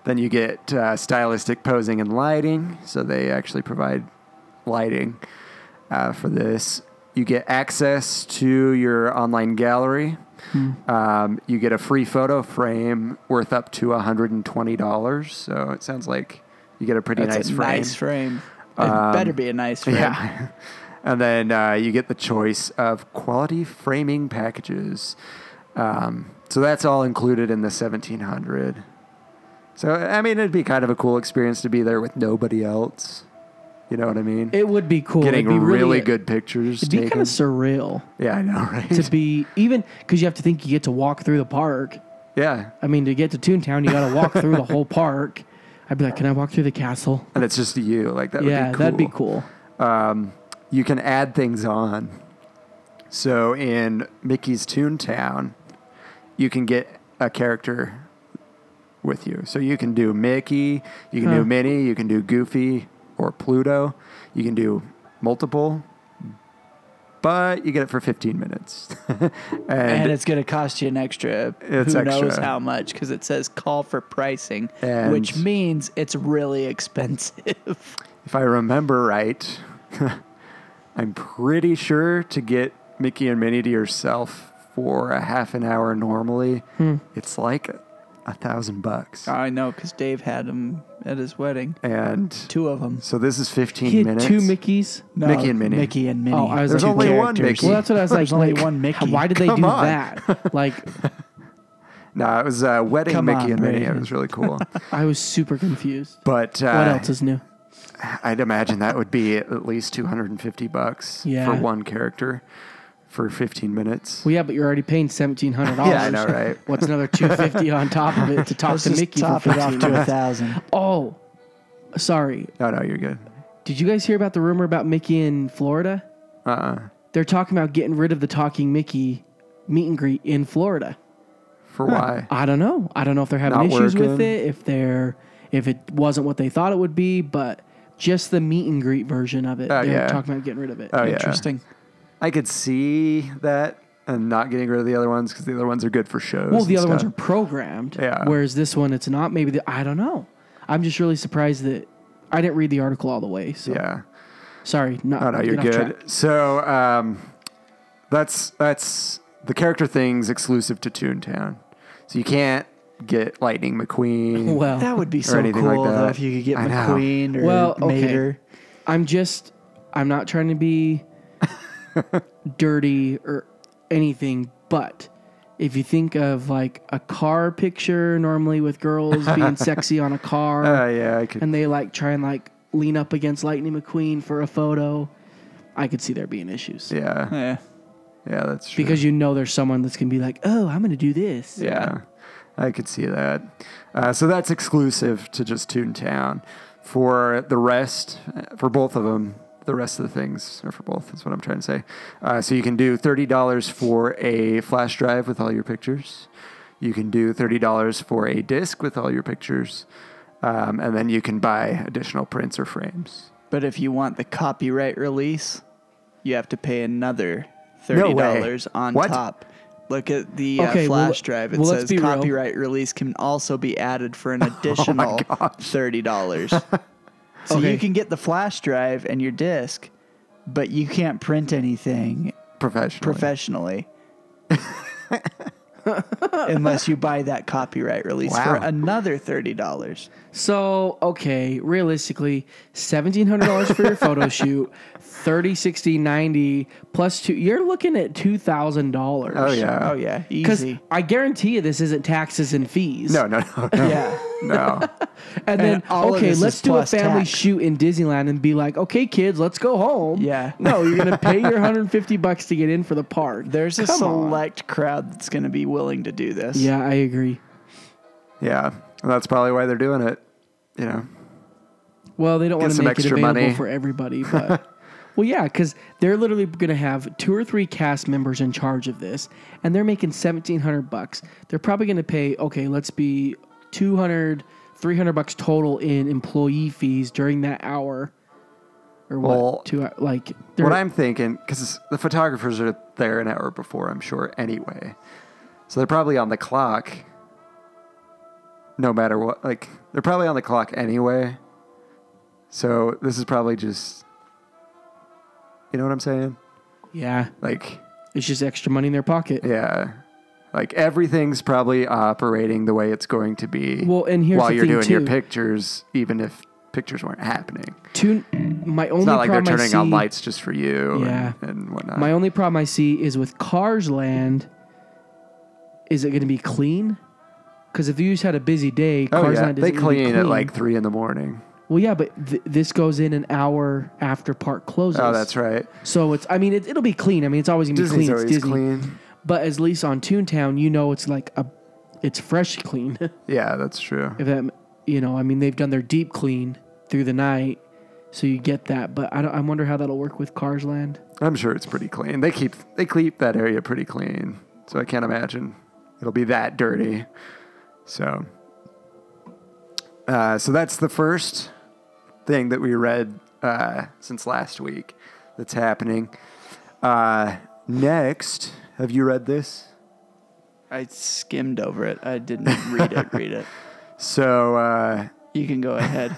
[SPEAKER 5] Then you get uh, stylistic posing and lighting. So they actually provide lighting uh, for this. You get access to your online gallery.
[SPEAKER 7] Hmm.
[SPEAKER 5] Um, you get a free photo frame worth up to $120. So it sounds like you get a pretty
[SPEAKER 7] That's
[SPEAKER 5] nice
[SPEAKER 7] a
[SPEAKER 5] frame.
[SPEAKER 7] nice frame. It better be a nice frame.
[SPEAKER 5] Yeah. And then uh, you get the choice of quality framing packages. Um, so that's all included in the 1700. So, I mean, it'd be kind of a cool experience to be there with nobody else. You know what I mean?
[SPEAKER 6] it would be cool.
[SPEAKER 5] Getting
[SPEAKER 6] It'd be
[SPEAKER 5] really,
[SPEAKER 6] really
[SPEAKER 5] good pictures.
[SPEAKER 6] It'd be
[SPEAKER 5] taken.
[SPEAKER 6] kind of surreal
[SPEAKER 5] yeah, I know, right?
[SPEAKER 6] to be even because you have to think you get to walk through the park.
[SPEAKER 5] yeah.
[SPEAKER 6] I mean, to get to Toontown, you got to walk through the whole park. I'd be like, can I walk through the castle?
[SPEAKER 5] And it's just you. Like, that
[SPEAKER 6] yeah,
[SPEAKER 5] would be cool.
[SPEAKER 6] that'd be cool.
[SPEAKER 5] you can add things on. So in Mickey's Toontown, you can get a character with you. So you can do Mickey, you can
[SPEAKER 6] Huh.
[SPEAKER 5] do Minnie, you can do Goofy or Pluto. You can do multiple, but you get it for 15 minutes. and,
[SPEAKER 7] And it's going to cost you an extra
[SPEAKER 5] It's
[SPEAKER 7] who knows
[SPEAKER 5] extra.
[SPEAKER 7] how much because it says call for pricing,
[SPEAKER 5] And-
[SPEAKER 7] which means it's really expensive.
[SPEAKER 5] if I remember right, I'm pretty sure to get Mickey and Minnie to yourself for a half an hour normally,
[SPEAKER 6] Hmm.
[SPEAKER 5] it's like a thousand bucks.
[SPEAKER 7] I know because Dave had them at his wedding.
[SPEAKER 5] And
[SPEAKER 7] Two of them.
[SPEAKER 5] so this is 15
[SPEAKER 6] He had
[SPEAKER 5] minutes.
[SPEAKER 6] two Mickeys.
[SPEAKER 5] Mickey and Minnie.
[SPEAKER 7] Mickey and Minnie.
[SPEAKER 6] Oh, I was
[SPEAKER 5] There's
[SPEAKER 6] like,
[SPEAKER 5] only
[SPEAKER 6] two
[SPEAKER 5] one
[SPEAKER 6] characters.
[SPEAKER 5] Mickey.
[SPEAKER 6] Well, that's what I was like.
[SPEAKER 7] There's only
[SPEAKER 6] like,
[SPEAKER 7] one Mickey.
[SPEAKER 6] Why did they
[SPEAKER 5] Come
[SPEAKER 6] do
[SPEAKER 5] on.
[SPEAKER 6] that? Like,
[SPEAKER 5] No, it was uh, wedding
[SPEAKER 7] Come
[SPEAKER 5] Mickey
[SPEAKER 7] on,
[SPEAKER 5] and Minnie. It
[SPEAKER 7] Raven.
[SPEAKER 5] was really cool.
[SPEAKER 6] I was super confused.
[SPEAKER 5] but uh,
[SPEAKER 6] What else is new?
[SPEAKER 5] I'd imagine that would be at least 250 bucks for
[SPEAKER 6] Yeah.
[SPEAKER 5] one character for 15 minutes.
[SPEAKER 6] Well, yeah, but you're already paying seventeen hundred dollars.
[SPEAKER 5] Yeah, I know, right?
[SPEAKER 6] What's another two fifty on top of it to talk
[SPEAKER 7] Let's
[SPEAKER 6] to
[SPEAKER 7] just
[SPEAKER 6] Mickey for
[SPEAKER 7] top it off
[SPEAKER 6] 15
[SPEAKER 7] to a
[SPEAKER 6] minutes?
[SPEAKER 7] thousand.
[SPEAKER 6] Oh, sorry.
[SPEAKER 5] No, no, you're good.
[SPEAKER 6] Did you guys hear about the rumor about Mickey in Florida? Uh.
[SPEAKER 5] Uh-uh.
[SPEAKER 6] They're talking about getting rid of the talking Mickey meet and greet in Florida.
[SPEAKER 5] For why?
[SPEAKER 6] I don't know. I don't know if they're having
[SPEAKER 5] Not
[SPEAKER 6] issues with
[SPEAKER 5] working.
[SPEAKER 6] it. If they're if it wasn't what they thought it would be, but just the meet and greet version of it.
[SPEAKER 5] Oh,
[SPEAKER 6] they're
[SPEAKER 5] yeah.
[SPEAKER 6] talking about getting rid of it.
[SPEAKER 5] Oh, yeah.
[SPEAKER 7] Interesting.
[SPEAKER 5] I could see that and not getting rid of the other ones because the other ones are good for shows.
[SPEAKER 6] Well, the
[SPEAKER 5] and
[SPEAKER 6] other ones are
[SPEAKER 5] stuff.
[SPEAKER 6] programmed.
[SPEAKER 5] Yeah.
[SPEAKER 6] Whereas this one, it's not. Maybe the, I don't know. I'm just really surprised that I didn't read the article all the way. So
[SPEAKER 5] Yeah.
[SPEAKER 6] sorry. Not,
[SPEAKER 5] Oh no, you're
[SPEAKER 6] get off
[SPEAKER 5] good.
[SPEAKER 6] track.
[SPEAKER 5] So um, that's that's the character things exclusive to Toontown. So you can't get Lightning McQueen.
[SPEAKER 6] Well,
[SPEAKER 7] That would be so
[SPEAKER 5] anything
[SPEAKER 7] cool
[SPEAKER 5] like
[SPEAKER 7] though
[SPEAKER 5] that.
[SPEAKER 7] if you could get
[SPEAKER 5] I know.
[SPEAKER 7] McQueen or
[SPEAKER 6] Well, okay.
[SPEAKER 7] Mater.
[SPEAKER 6] I'm just. I'm not trying to be dirty or anything, but if you think of like a car picture, normally with girls being sexy on a car,
[SPEAKER 5] Uh, yeah, I could.
[SPEAKER 6] and they like try and like lean up against Lightning McQueen for a photo, I could see there being issues.
[SPEAKER 5] yeah,
[SPEAKER 7] Yeah.
[SPEAKER 5] yeah, that's true.
[SPEAKER 6] because you know there's someone that's gonna be like, oh, I'm gonna do this.
[SPEAKER 5] yeah, I could see that. Uh, so that's exclusive to just Toontown. For the rest, uh, for both of them, the rest of the things are for both. That's what I'm trying to say. Uh, so you can do thirty dollars for a flash drive with all your pictures. You can do thirty dollars for a disc with all your pictures, um, and then you can buy additional prints or frames.
[SPEAKER 7] But if you want the copyright release, you have to pay another
[SPEAKER 5] No
[SPEAKER 7] thirty
[SPEAKER 5] way.
[SPEAKER 7] dollars on
[SPEAKER 5] What?
[SPEAKER 7] top. Look at the
[SPEAKER 6] Okay,
[SPEAKER 7] uh,
[SPEAKER 6] well,
[SPEAKER 7] flash drive. It
[SPEAKER 6] well, let's
[SPEAKER 7] says
[SPEAKER 6] be real. Oh
[SPEAKER 7] copyright release can also be added for an additional thirty dollars. so
[SPEAKER 6] Okay.
[SPEAKER 7] you can get the flash drive and your disc, but you can't print
[SPEAKER 6] Oh,
[SPEAKER 7] anything
[SPEAKER 5] Professional.
[SPEAKER 7] professionally. Unless you buy that copyright release for
[SPEAKER 5] Wow.
[SPEAKER 7] another thirty dollars.
[SPEAKER 6] So, okay, realistically, $1,700 for your photo shoot, 30, 60, 90, plus two, you're looking at $2,000.
[SPEAKER 5] oh yeah.
[SPEAKER 7] Oh yeah,
[SPEAKER 6] Because
[SPEAKER 7] easy.
[SPEAKER 6] I guarantee you this isn't taxes and fees.
[SPEAKER 5] No, no, no,
[SPEAKER 6] Oh.
[SPEAKER 5] no.
[SPEAKER 7] Yeah.
[SPEAKER 5] no.
[SPEAKER 6] And then,
[SPEAKER 7] And all of
[SPEAKER 6] okay,
[SPEAKER 7] this is
[SPEAKER 6] let's do a
[SPEAKER 7] plus
[SPEAKER 6] family
[SPEAKER 7] tax.
[SPEAKER 6] shoot in Disneyland and be like, okay, kids, let's go home.
[SPEAKER 7] Yeah.
[SPEAKER 6] No, you're going to pay your 150 bucks to get in for the park.
[SPEAKER 7] There's a
[SPEAKER 6] Come on.
[SPEAKER 7] select crowd that's going to be willing to do this.
[SPEAKER 6] Yeah, I agree.
[SPEAKER 5] Yeah, and that's probably why they're doing it. You know,
[SPEAKER 6] Well, they don't want to
[SPEAKER 5] some
[SPEAKER 6] make it
[SPEAKER 5] extra
[SPEAKER 6] available
[SPEAKER 5] money.
[SPEAKER 6] for everybody, but well, yeah, because they're literally going to have two or three cast members in charge of this, and they're making seventeen hundred bucks. They're probably going to pay okay, let's be 200, 300 bucks total in employee fees during that hour, or
[SPEAKER 5] Well,
[SPEAKER 6] what? Two hou- like
[SPEAKER 5] what
[SPEAKER 6] they're-
[SPEAKER 5] I'm thinking, because the photographers are there an hour before, I'm sure, anyway. So they're probably on the clock no matter what. Like, they're probably on the clock anyway. So this is probably just, you know what I'm saying?
[SPEAKER 6] yeah,
[SPEAKER 5] Like,
[SPEAKER 6] it's just extra money in their pocket.
[SPEAKER 5] yeah. Like, everything's probably operating the way it's going to be
[SPEAKER 6] Well, and here's
[SPEAKER 5] while
[SPEAKER 6] the
[SPEAKER 5] you're
[SPEAKER 6] thing,
[SPEAKER 5] doing your
[SPEAKER 6] too.
[SPEAKER 5] pictures, even if pictures weren't happening.
[SPEAKER 6] Two, my only
[SPEAKER 5] It's not like they're
[SPEAKER 6] problem I
[SPEAKER 5] turning on
[SPEAKER 6] see-
[SPEAKER 5] lights just for you
[SPEAKER 6] Yeah.
[SPEAKER 5] and, and whatnot.
[SPEAKER 6] My only problem I see is with Cars Land. Is it going to be clean? Because if you just had a busy day, Cars
[SPEAKER 5] oh, yeah.
[SPEAKER 6] Land
[SPEAKER 5] They
[SPEAKER 6] isn't gonna be
[SPEAKER 5] clean at
[SPEAKER 6] clean.
[SPEAKER 5] like 3 in the morning.
[SPEAKER 6] Well, yeah, but th- this goes in an hour after park closes.
[SPEAKER 5] Oh, that's right.
[SPEAKER 6] So it's. I mean, it, it'll be clean. I mean, it's always gonna
[SPEAKER 5] Disney's
[SPEAKER 6] be clean.
[SPEAKER 5] always
[SPEAKER 6] it's Disney.
[SPEAKER 5] clean.
[SPEAKER 6] But at least on Toontown, you know, it's like a, it's fresh clean.
[SPEAKER 5] Yeah, that's true.
[SPEAKER 6] if that, you know, I mean, they've done their deep clean through the night, so you get that. But I, don't, I wonder how that'll work with Cars Land.
[SPEAKER 5] I'm sure it's pretty clean. They keep they keep that area pretty clean, so I can't imagine it'll be that dirty. So, uh, so that's the first thing that we read uh, since last week that's happening. Uh, next, have you read this?
[SPEAKER 7] I skimmed over it. I didn't read it. Read it.
[SPEAKER 5] So, uh,
[SPEAKER 7] You can go ahead.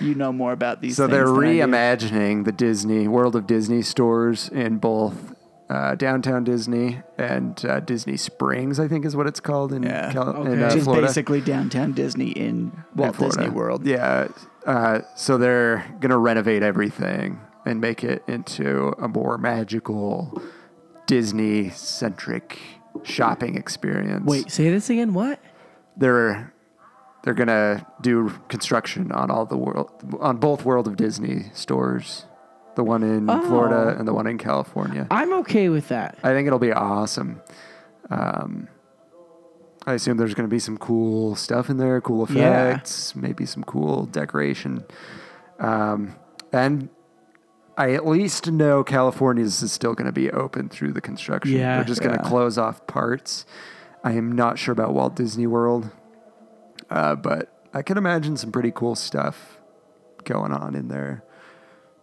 [SPEAKER 7] You know more about these.
[SPEAKER 5] So they're
[SPEAKER 7] things than I do.
[SPEAKER 5] reimagining the Disney World of Disney stores in both uh, downtown Disney and uh, Disney Springs, I think is what it's called in,
[SPEAKER 7] Yeah.
[SPEAKER 5] Cal- in
[SPEAKER 6] Okay.
[SPEAKER 5] uh,
[SPEAKER 7] Which is
[SPEAKER 5] Florida.
[SPEAKER 7] basically downtown Disney in
[SPEAKER 5] in
[SPEAKER 7] Walt Disney
[SPEAKER 5] Florida.
[SPEAKER 7] World.
[SPEAKER 5] Yeah. Uh, so they're gonna renovate everything and make it into a more magical Disney centric shopping experience.
[SPEAKER 6] Wait, say this again. What?
[SPEAKER 5] they're they're gonna do construction on all the world on both World of Disney stores, the one in Florida and the one in California.
[SPEAKER 6] I'm okay with that.
[SPEAKER 5] I think it'll be awesome. Um, I assume there's gonna be some cool stuff in there, cool
[SPEAKER 6] Yeah.
[SPEAKER 5] effects, maybe some cool decoration, um, and. I at least know California's is still going to be open through the construction.
[SPEAKER 6] Yeah.
[SPEAKER 5] They're just going to
[SPEAKER 7] Yeah.
[SPEAKER 5] close off parts. I am not sure about Walt Disney World uh, but I can imagine some pretty cool stuff going on in there.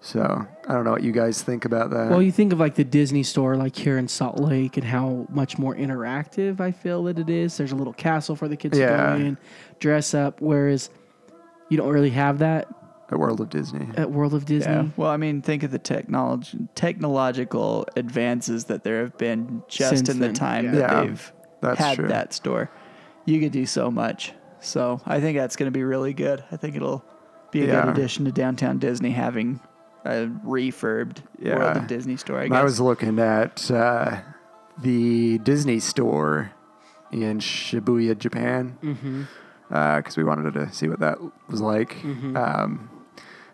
[SPEAKER 5] So I don't know what you guys think about that.
[SPEAKER 6] Well, you think of like the Disney store, like here in Salt Lake, and how much more interactive I feel that it is. There's a little castle for the kids
[SPEAKER 5] Yeah.
[SPEAKER 6] to go in, dress up. Whereas you don't really have that
[SPEAKER 5] the world of Disney.
[SPEAKER 6] at World of Disney.
[SPEAKER 7] Yeah. Well, I mean, think of the technology, technological advances that there have been just
[SPEAKER 6] Since
[SPEAKER 7] in the
[SPEAKER 6] then,
[SPEAKER 7] time
[SPEAKER 6] yeah.
[SPEAKER 7] that
[SPEAKER 5] Yeah,
[SPEAKER 7] they've
[SPEAKER 5] that's
[SPEAKER 7] had
[SPEAKER 5] true.
[SPEAKER 7] that store. You could do so much. So I think that's going to be really good. I think it'll be a
[SPEAKER 5] Yeah.
[SPEAKER 7] good addition to downtown Disney having a refurbed World
[SPEAKER 5] Yeah.
[SPEAKER 7] of Disney store. I
[SPEAKER 5] I,
[SPEAKER 7] guess.
[SPEAKER 5] was looking at uh, the Disney store in Shibuya, Japan, because we wanted to see what that was like. Um,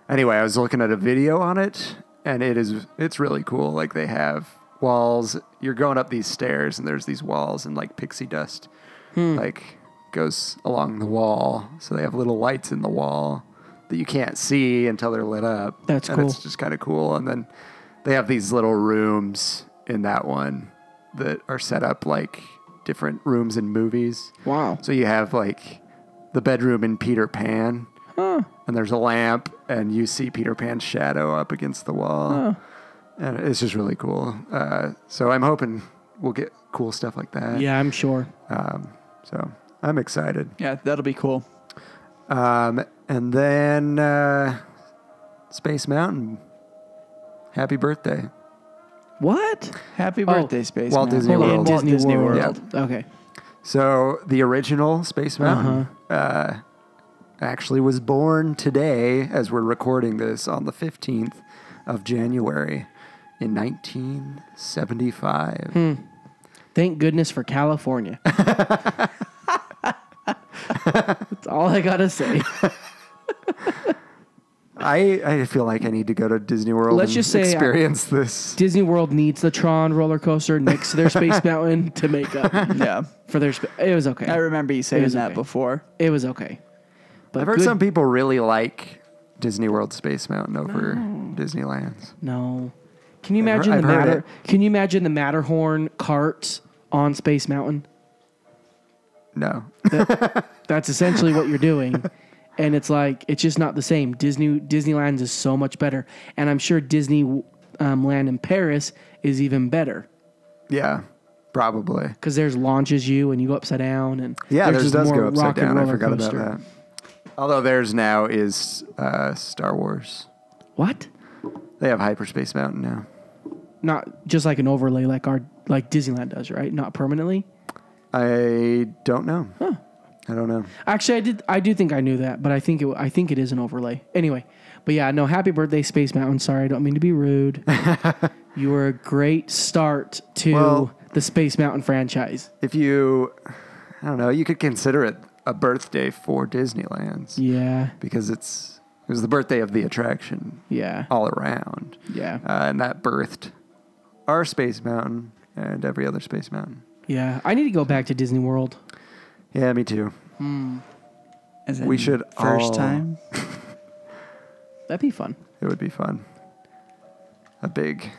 [SPEAKER 5] anyway, I was looking at a video on it, and it is it's really cool. Like they have walls. You're going up these stairs, and there's these walls, and like pixie dust, like goes along the wall. So they have little lights in the wall that you can't see until they're lit up.
[SPEAKER 6] That's
[SPEAKER 5] and It's
[SPEAKER 6] cool.
[SPEAKER 5] just kind of cool. And then they have these little rooms in that one that are set up like different rooms in movies.
[SPEAKER 7] Wow.
[SPEAKER 5] So you have like the bedroom in Peter Pan, and there's a lamp, and you see Peter Pan's shadow up against the wall. And it's just really cool. Uh, so I'm hoping we'll get cool stuff like that.
[SPEAKER 6] Yeah, I'm sure.
[SPEAKER 5] So I'm excited.
[SPEAKER 7] Yeah, that'll be cool.
[SPEAKER 5] Um, and then uh, Space Mountain. Happy birthday.
[SPEAKER 6] What?
[SPEAKER 7] Happy
[SPEAKER 6] Oh,
[SPEAKER 7] birthday, Space
[SPEAKER 5] Walt
[SPEAKER 7] Mountain.
[SPEAKER 5] Disney
[SPEAKER 6] Hold on,
[SPEAKER 5] World.
[SPEAKER 6] Disney,
[SPEAKER 7] Disney
[SPEAKER 6] World.
[SPEAKER 7] World.
[SPEAKER 6] Okay.
[SPEAKER 5] So the original Space Mountain
[SPEAKER 6] Uh-huh.
[SPEAKER 5] uh actually was born today, as we're recording this on the fifteenth of January in 1975.
[SPEAKER 6] Hmm. Thank goodness for California. That's all I gotta say.
[SPEAKER 5] I I feel like I need to go to Disney World.
[SPEAKER 6] Let's
[SPEAKER 5] and
[SPEAKER 6] just say uh, I-
[SPEAKER 5] experience this.
[SPEAKER 6] Disney World needs the Tron roller coaster next to their Space Mountain to make up
[SPEAKER 7] Yeah.
[SPEAKER 6] for their. Sp- it was okay.
[SPEAKER 7] I remember you saying
[SPEAKER 6] was
[SPEAKER 7] that
[SPEAKER 6] okay.
[SPEAKER 7] before.
[SPEAKER 6] It was okay. But
[SPEAKER 5] I've heard
[SPEAKER 6] good-
[SPEAKER 5] some people really like Disney World Space Mountain over
[SPEAKER 6] Hmm.
[SPEAKER 5] Disneyland.
[SPEAKER 6] No. Can you
[SPEAKER 5] I've heard-
[SPEAKER 6] imagine
[SPEAKER 5] I've
[SPEAKER 6] the
[SPEAKER 5] heard
[SPEAKER 6] Matter?
[SPEAKER 5] it.
[SPEAKER 6] Can you imagine the Matterhorn carts on Space Mountain?
[SPEAKER 5] No,
[SPEAKER 6] That's essentially what you're doing. And it's like it's just not the same. Disney Disneyland is so much better, and I'm sure Disney um, Land in Paris is even better
[SPEAKER 5] yeah, probably.
[SPEAKER 6] because there's launches you and you go upside down and
[SPEAKER 5] Yeah, theirs
[SPEAKER 6] there's just
[SPEAKER 5] does
[SPEAKER 6] more
[SPEAKER 5] go upside
[SPEAKER 6] rock and
[SPEAKER 5] down. I
[SPEAKER 6] roller
[SPEAKER 5] forgot
[SPEAKER 6] coaster.
[SPEAKER 5] about that. Although theirs now is uh, Star Wars.
[SPEAKER 6] What?
[SPEAKER 5] They have Hyperspace Mountain now.
[SPEAKER 6] Not just like an overlay like our like Disneyland does, right? Not permanently.
[SPEAKER 5] I don't know. I don't know.
[SPEAKER 6] Actually, I did. I do think I knew that, but I think it. I think it is an overlay. Anyway, but yeah, no. Happy birthday, Space Mountain. Sorry, I don't mean to be rude. you were a great start to
[SPEAKER 5] Well-
[SPEAKER 6] the Space Mountain franchise.
[SPEAKER 5] If you, I don't know, you could consider it a birthday for Disneyland's
[SPEAKER 6] Yeah,
[SPEAKER 5] because it's it was the birthday of the attraction
[SPEAKER 6] yeah,
[SPEAKER 5] all around,
[SPEAKER 6] yeah,
[SPEAKER 5] uh, and that birthed our Space Mountain and every other Space Mountain.
[SPEAKER 6] yeah. I need to go back to Disney World.
[SPEAKER 5] Yeah, me too.
[SPEAKER 7] As
[SPEAKER 5] We
[SPEAKER 7] in
[SPEAKER 5] should
[SPEAKER 7] first
[SPEAKER 5] all-
[SPEAKER 7] time.
[SPEAKER 6] That'd be fun.
[SPEAKER 5] It would be fun. A big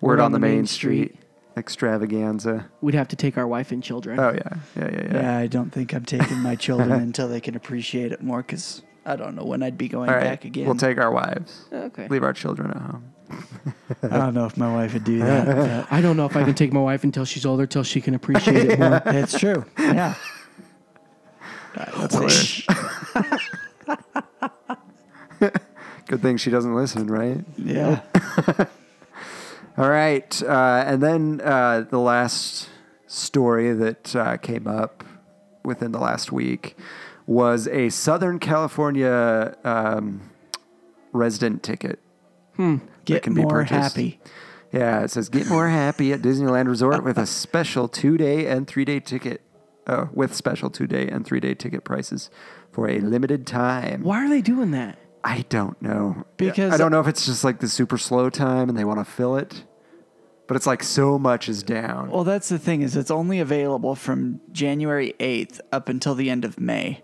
[SPEAKER 5] word, on, the main, street extravaganza.
[SPEAKER 6] We'd have to take our wife and children.
[SPEAKER 5] Oh yeah, yeah, yeah, yeah.
[SPEAKER 7] Yeah, I don't think I'm taking my children until they can appreciate it more because I don't know when I'd be going
[SPEAKER 5] All right,
[SPEAKER 7] back again.
[SPEAKER 5] we'll take our wives.
[SPEAKER 6] okay.
[SPEAKER 5] Leave our children at home.
[SPEAKER 7] I don't know if my wife would do that.
[SPEAKER 6] I don't know if I can take my wife until she's older, till she can appreciate it more.
[SPEAKER 7] but it's true. Yeah. That's
[SPEAKER 5] hilarious. Good thing she doesn't listen, right?
[SPEAKER 7] Yeah.
[SPEAKER 5] All right, uh, and then uh, the last story that uh, came up within the last week was a Southern California um, resident ticket.
[SPEAKER 7] Get
[SPEAKER 5] can be
[SPEAKER 7] more
[SPEAKER 5] purchased.
[SPEAKER 7] happy.
[SPEAKER 5] Yeah, it says get more happy at Disneyland Resort with a special two day and three day ticket. Oh, with special two day and three day ticket prices for a limited time.
[SPEAKER 6] Why are they doing that?
[SPEAKER 5] I don't know.
[SPEAKER 7] Because-
[SPEAKER 5] I don't know if it's just like the super slow time and they want to fill it, but it's like so much is down.
[SPEAKER 7] Well, that's the thing is it's only available from January 8th up until the end of May.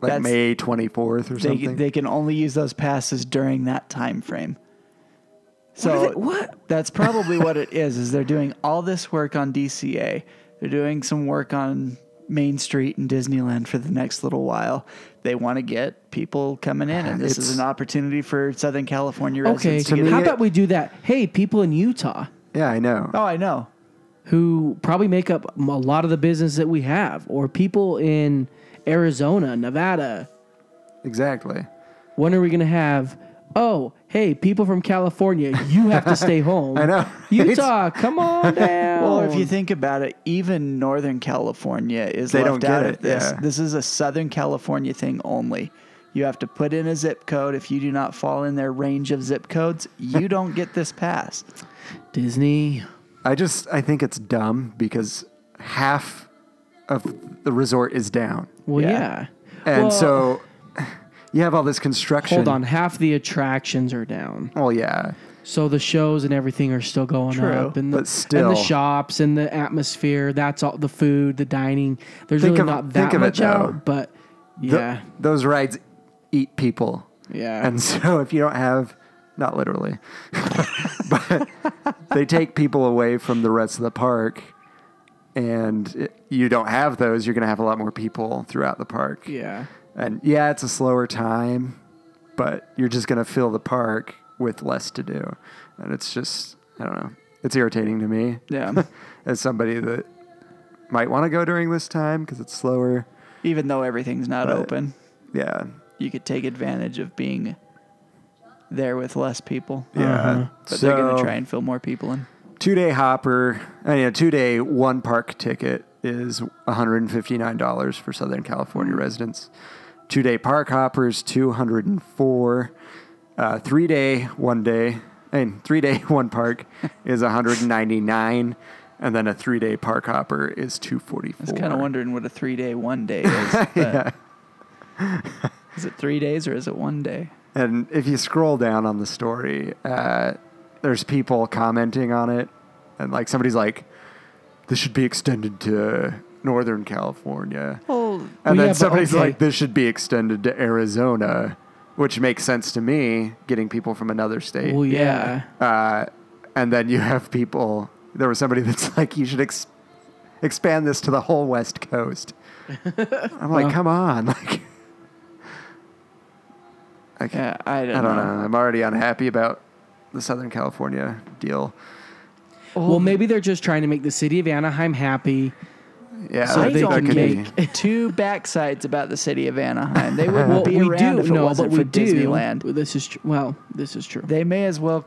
[SPEAKER 5] like
[SPEAKER 7] that's-
[SPEAKER 5] May 24th or
[SPEAKER 7] They,
[SPEAKER 5] something.
[SPEAKER 7] they can only use those passes during that time frame. So
[SPEAKER 6] What are they- what?
[SPEAKER 7] That's probably what it is. Is they're doing all this work on DCA. They're doing some work on Main Street and Disneyland for the next little while. They want to get people coming in, and this is
[SPEAKER 5] It's-
[SPEAKER 7] an opportunity for Southern California
[SPEAKER 6] Okay,
[SPEAKER 7] residents to get.
[SPEAKER 6] how
[SPEAKER 5] me-
[SPEAKER 6] about we do that? Hey, people in Utah.
[SPEAKER 5] yeah, I know.
[SPEAKER 7] Oh, I know.
[SPEAKER 6] who probably make up a lot of the business that we have, or people in Arizona, Nevada.
[SPEAKER 5] Exactly.
[SPEAKER 6] When are we going to have? Oh, hey, people from California, you have to stay home. I
[SPEAKER 5] know.
[SPEAKER 6] Utah, come on down.
[SPEAKER 7] Well, if you think about it, even Northern California is
[SPEAKER 5] They
[SPEAKER 7] left
[SPEAKER 5] don't get
[SPEAKER 7] out
[SPEAKER 5] it,
[SPEAKER 7] of this.
[SPEAKER 5] yeah.
[SPEAKER 7] This is a Southern California thing only. You have to put in a zip code. If you do not fall in their range of zip codes, you don't get this pass.
[SPEAKER 6] Disney,
[SPEAKER 5] I just I think it's dumb because half of the resort is down.
[SPEAKER 6] well,
[SPEAKER 7] Yeah.
[SPEAKER 6] yeah.
[SPEAKER 5] And
[SPEAKER 6] Well,
[SPEAKER 5] so you have all this construction.
[SPEAKER 6] hold on, half the attractions are down,
[SPEAKER 5] Well, yeah.
[SPEAKER 6] so the shows and everything are still going
[SPEAKER 7] True,
[SPEAKER 6] up, and the,
[SPEAKER 5] but still.
[SPEAKER 6] and the shops and the atmosphere. That's all the food, the dining. There's
[SPEAKER 5] Think
[SPEAKER 6] really
[SPEAKER 5] of-
[SPEAKER 6] not that
[SPEAKER 5] think of it,
[SPEAKER 6] much
[SPEAKER 5] though.
[SPEAKER 6] out, but
[SPEAKER 5] Th-
[SPEAKER 6] yeah,
[SPEAKER 5] those rides eat people.
[SPEAKER 6] Yeah.
[SPEAKER 5] And so if you don't have, not literally, but they take people away from the rest of the park. And it- you don't have those, you're going to have a lot more people throughout the park.
[SPEAKER 6] yeah.
[SPEAKER 5] And yeah, it's a slower time, but you're just going to fill the park with less to do. And it's just, I don't know. It's irritating to me
[SPEAKER 7] Yeah.
[SPEAKER 5] as somebody that might want to go during this time because it's slower.
[SPEAKER 7] Even though everything's not
[SPEAKER 5] But-
[SPEAKER 7] open,
[SPEAKER 5] Yeah.
[SPEAKER 7] you could take advantage of being there with less people. Uh-huh.
[SPEAKER 5] Yeah.
[SPEAKER 7] But they're going
[SPEAKER 5] So-
[SPEAKER 7] to try and fill more people in.
[SPEAKER 5] two day hopper, I mean, a two day one park ticket is $159 for Southern California residents. Two day park hoppers, 204. Uh, three day, one day, and three day, one park is 199. And then a three day park hopper is 244.
[SPEAKER 7] I was kind of wondering what a three day one day is. But Is it three days or is it one day?
[SPEAKER 5] And if you scroll down on the story, uh, there's people commenting on it, and like somebody's like, "This should be extended to Northern California,"
[SPEAKER 7] Oh,
[SPEAKER 5] and
[SPEAKER 6] Well, yeah,
[SPEAKER 5] then
[SPEAKER 6] but
[SPEAKER 5] somebody's
[SPEAKER 6] okay.
[SPEAKER 5] like, "This should be extended to Arizona," which makes sense to me, getting people from another state.
[SPEAKER 6] Well, yeah.
[SPEAKER 5] Uh, and then you have people. There was somebody that's like, "You should ex- expand this to the whole West Coast." I'm like, "Come on!" Like, I can't.
[SPEAKER 7] yeah, I don't,
[SPEAKER 5] I don't know.
[SPEAKER 7] know.
[SPEAKER 5] I'm already unhappy about the Southern California deal.
[SPEAKER 6] Well, maybe they're just trying to make the city of Anaheim happy.
[SPEAKER 5] Yeah,
[SPEAKER 6] So
[SPEAKER 5] that-
[SPEAKER 6] they
[SPEAKER 5] that
[SPEAKER 6] don't
[SPEAKER 5] could be-
[SPEAKER 6] make-
[SPEAKER 7] Two backsides about the city of Anaheim. They wouldn't
[SPEAKER 6] Well,
[SPEAKER 7] be
[SPEAKER 6] we
[SPEAKER 7] around
[SPEAKER 6] do.
[SPEAKER 7] if it
[SPEAKER 6] no,
[SPEAKER 7] wasn't
[SPEAKER 6] but we
[SPEAKER 7] for
[SPEAKER 6] do.
[SPEAKER 7] Disneyland.
[SPEAKER 6] This is tr- well, this is true.
[SPEAKER 7] They may as well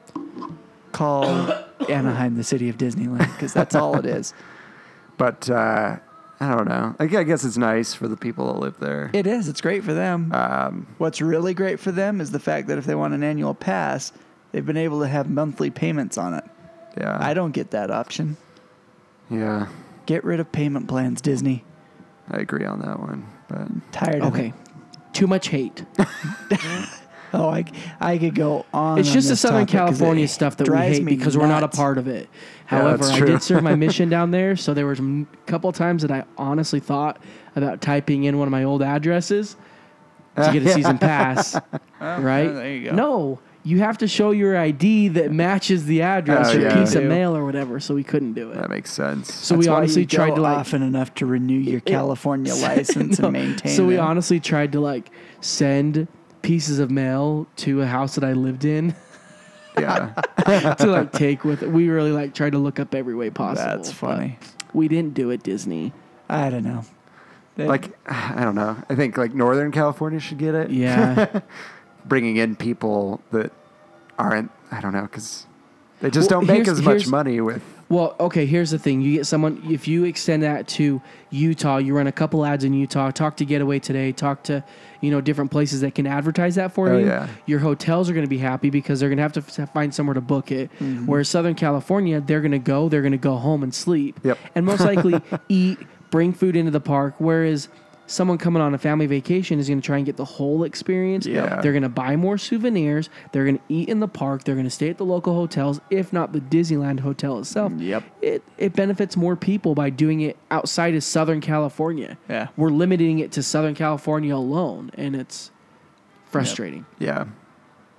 [SPEAKER 7] call Anaheim the city of Disneyland because that's all it is.
[SPEAKER 5] But uh, I don't know. I gue- I guess it's nice for the people that live there. Um,
[SPEAKER 7] It is. It's great for them. What's really great for them is the fact that if they want an annual pass, they've been able to have monthly payments on it.
[SPEAKER 5] yeah,
[SPEAKER 7] I don't get that option.
[SPEAKER 5] Yeah,
[SPEAKER 7] Get rid of payment plans, Disney.
[SPEAKER 5] I agree on that one. But
[SPEAKER 7] Tired of
[SPEAKER 6] okay.
[SPEAKER 7] it.
[SPEAKER 6] Too much hate.
[SPEAKER 7] Oh, I, I could go on.
[SPEAKER 6] It's
[SPEAKER 7] on
[SPEAKER 6] just the
[SPEAKER 7] this
[SPEAKER 6] Southern
[SPEAKER 7] topic 'cause
[SPEAKER 6] California
[SPEAKER 7] it
[SPEAKER 6] stuff that we
[SPEAKER 7] drives
[SPEAKER 6] hate
[SPEAKER 7] me
[SPEAKER 6] because we're not a
[SPEAKER 7] nuts.
[SPEAKER 6] part of it.
[SPEAKER 5] Yeah,
[SPEAKER 6] However,
[SPEAKER 5] that's
[SPEAKER 6] I
[SPEAKER 5] true.
[SPEAKER 6] did serve my mission down there, so there was a couple times that I honestly thought about typing in one of my old addresses to get a season pass. right?
[SPEAKER 7] Oh, there you go.
[SPEAKER 6] No, you have to show your ID that matches the address
[SPEAKER 5] Oh,
[SPEAKER 6] or
[SPEAKER 5] yeah.
[SPEAKER 6] piece of
[SPEAKER 7] You do.
[SPEAKER 6] mail or whatever, so we couldn't do it.
[SPEAKER 5] that makes sense.
[SPEAKER 6] So
[SPEAKER 7] That's
[SPEAKER 6] we
[SPEAKER 7] why
[SPEAKER 6] honestly
[SPEAKER 7] you go
[SPEAKER 6] tried to like
[SPEAKER 7] often enough to renew your California license
[SPEAKER 6] No.
[SPEAKER 7] and maintain.
[SPEAKER 6] So we
[SPEAKER 7] it.
[SPEAKER 6] honestly tried to like send pieces of mail to a house that I lived in
[SPEAKER 5] yeah,
[SPEAKER 6] to like take with. We really like tried to look up every way possible.
[SPEAKER 7] That's
[SPEAKER 6] but
[SPEAKER 7] funny.
[SPEAKER 6] We didn't do it, Disney.
[SPEAKER 7] I don't know. They-
[SPEAKER 5] like I don't know. I think like Northern California should get it.
[SPEAKER 6] Yeah,
[SPEAKER 5] bringing in people that aren't. I don't know because they just
[SPEAKER 6] Well,
[SPEAKER 5] don't make
[SPEAKER 6] here's-
[SPEAKER 5] as much
[SPEAKER 6] here's-
[SPEAKER 5] money with.
[SPEAKER 6] Well, okay, here's the thing. You get someone, if you extend that to Utah, you run a couple ads in Utah, talk to Getaway Today, talk to, you know, different places that can advertise that for
[SPEAKER 5] Oh,
[SPEAKER 6] you.
[SPEAKER 5] yeah.
[SPEAKER 6] Your hotels are going to be happy because they're going to have to f- find somewhere to book it.
[SPEAKER 5] Mm-hmm.
[SPEAKER 6] Whereas Southern California, they're going to go, they're going to go home and sleep.
[SPEAKER 5] Yep.
[SPEAKER 6] And most likely eat, bring food into the park. Whereas someone coming on a family vacation is going to try and get the whole experience.
[SPEAKER 5] Yeah.
[SPEAKER 6] They're going to buy more souvenirs. They're going to eat in the park. They're going to stay at the local hotels, if not the Disneyland hotel itself.
[SPEAKER 7] Mm, Yep.
[SPEAKER 6] It, it benefits more people by doing it outside of Southern California.
[SPEAKER 7] Yeah.
[SPEAKER 6] We're limiting it to Southern California alone, and it's frustrating.
[SPEAKER 5] Yeah,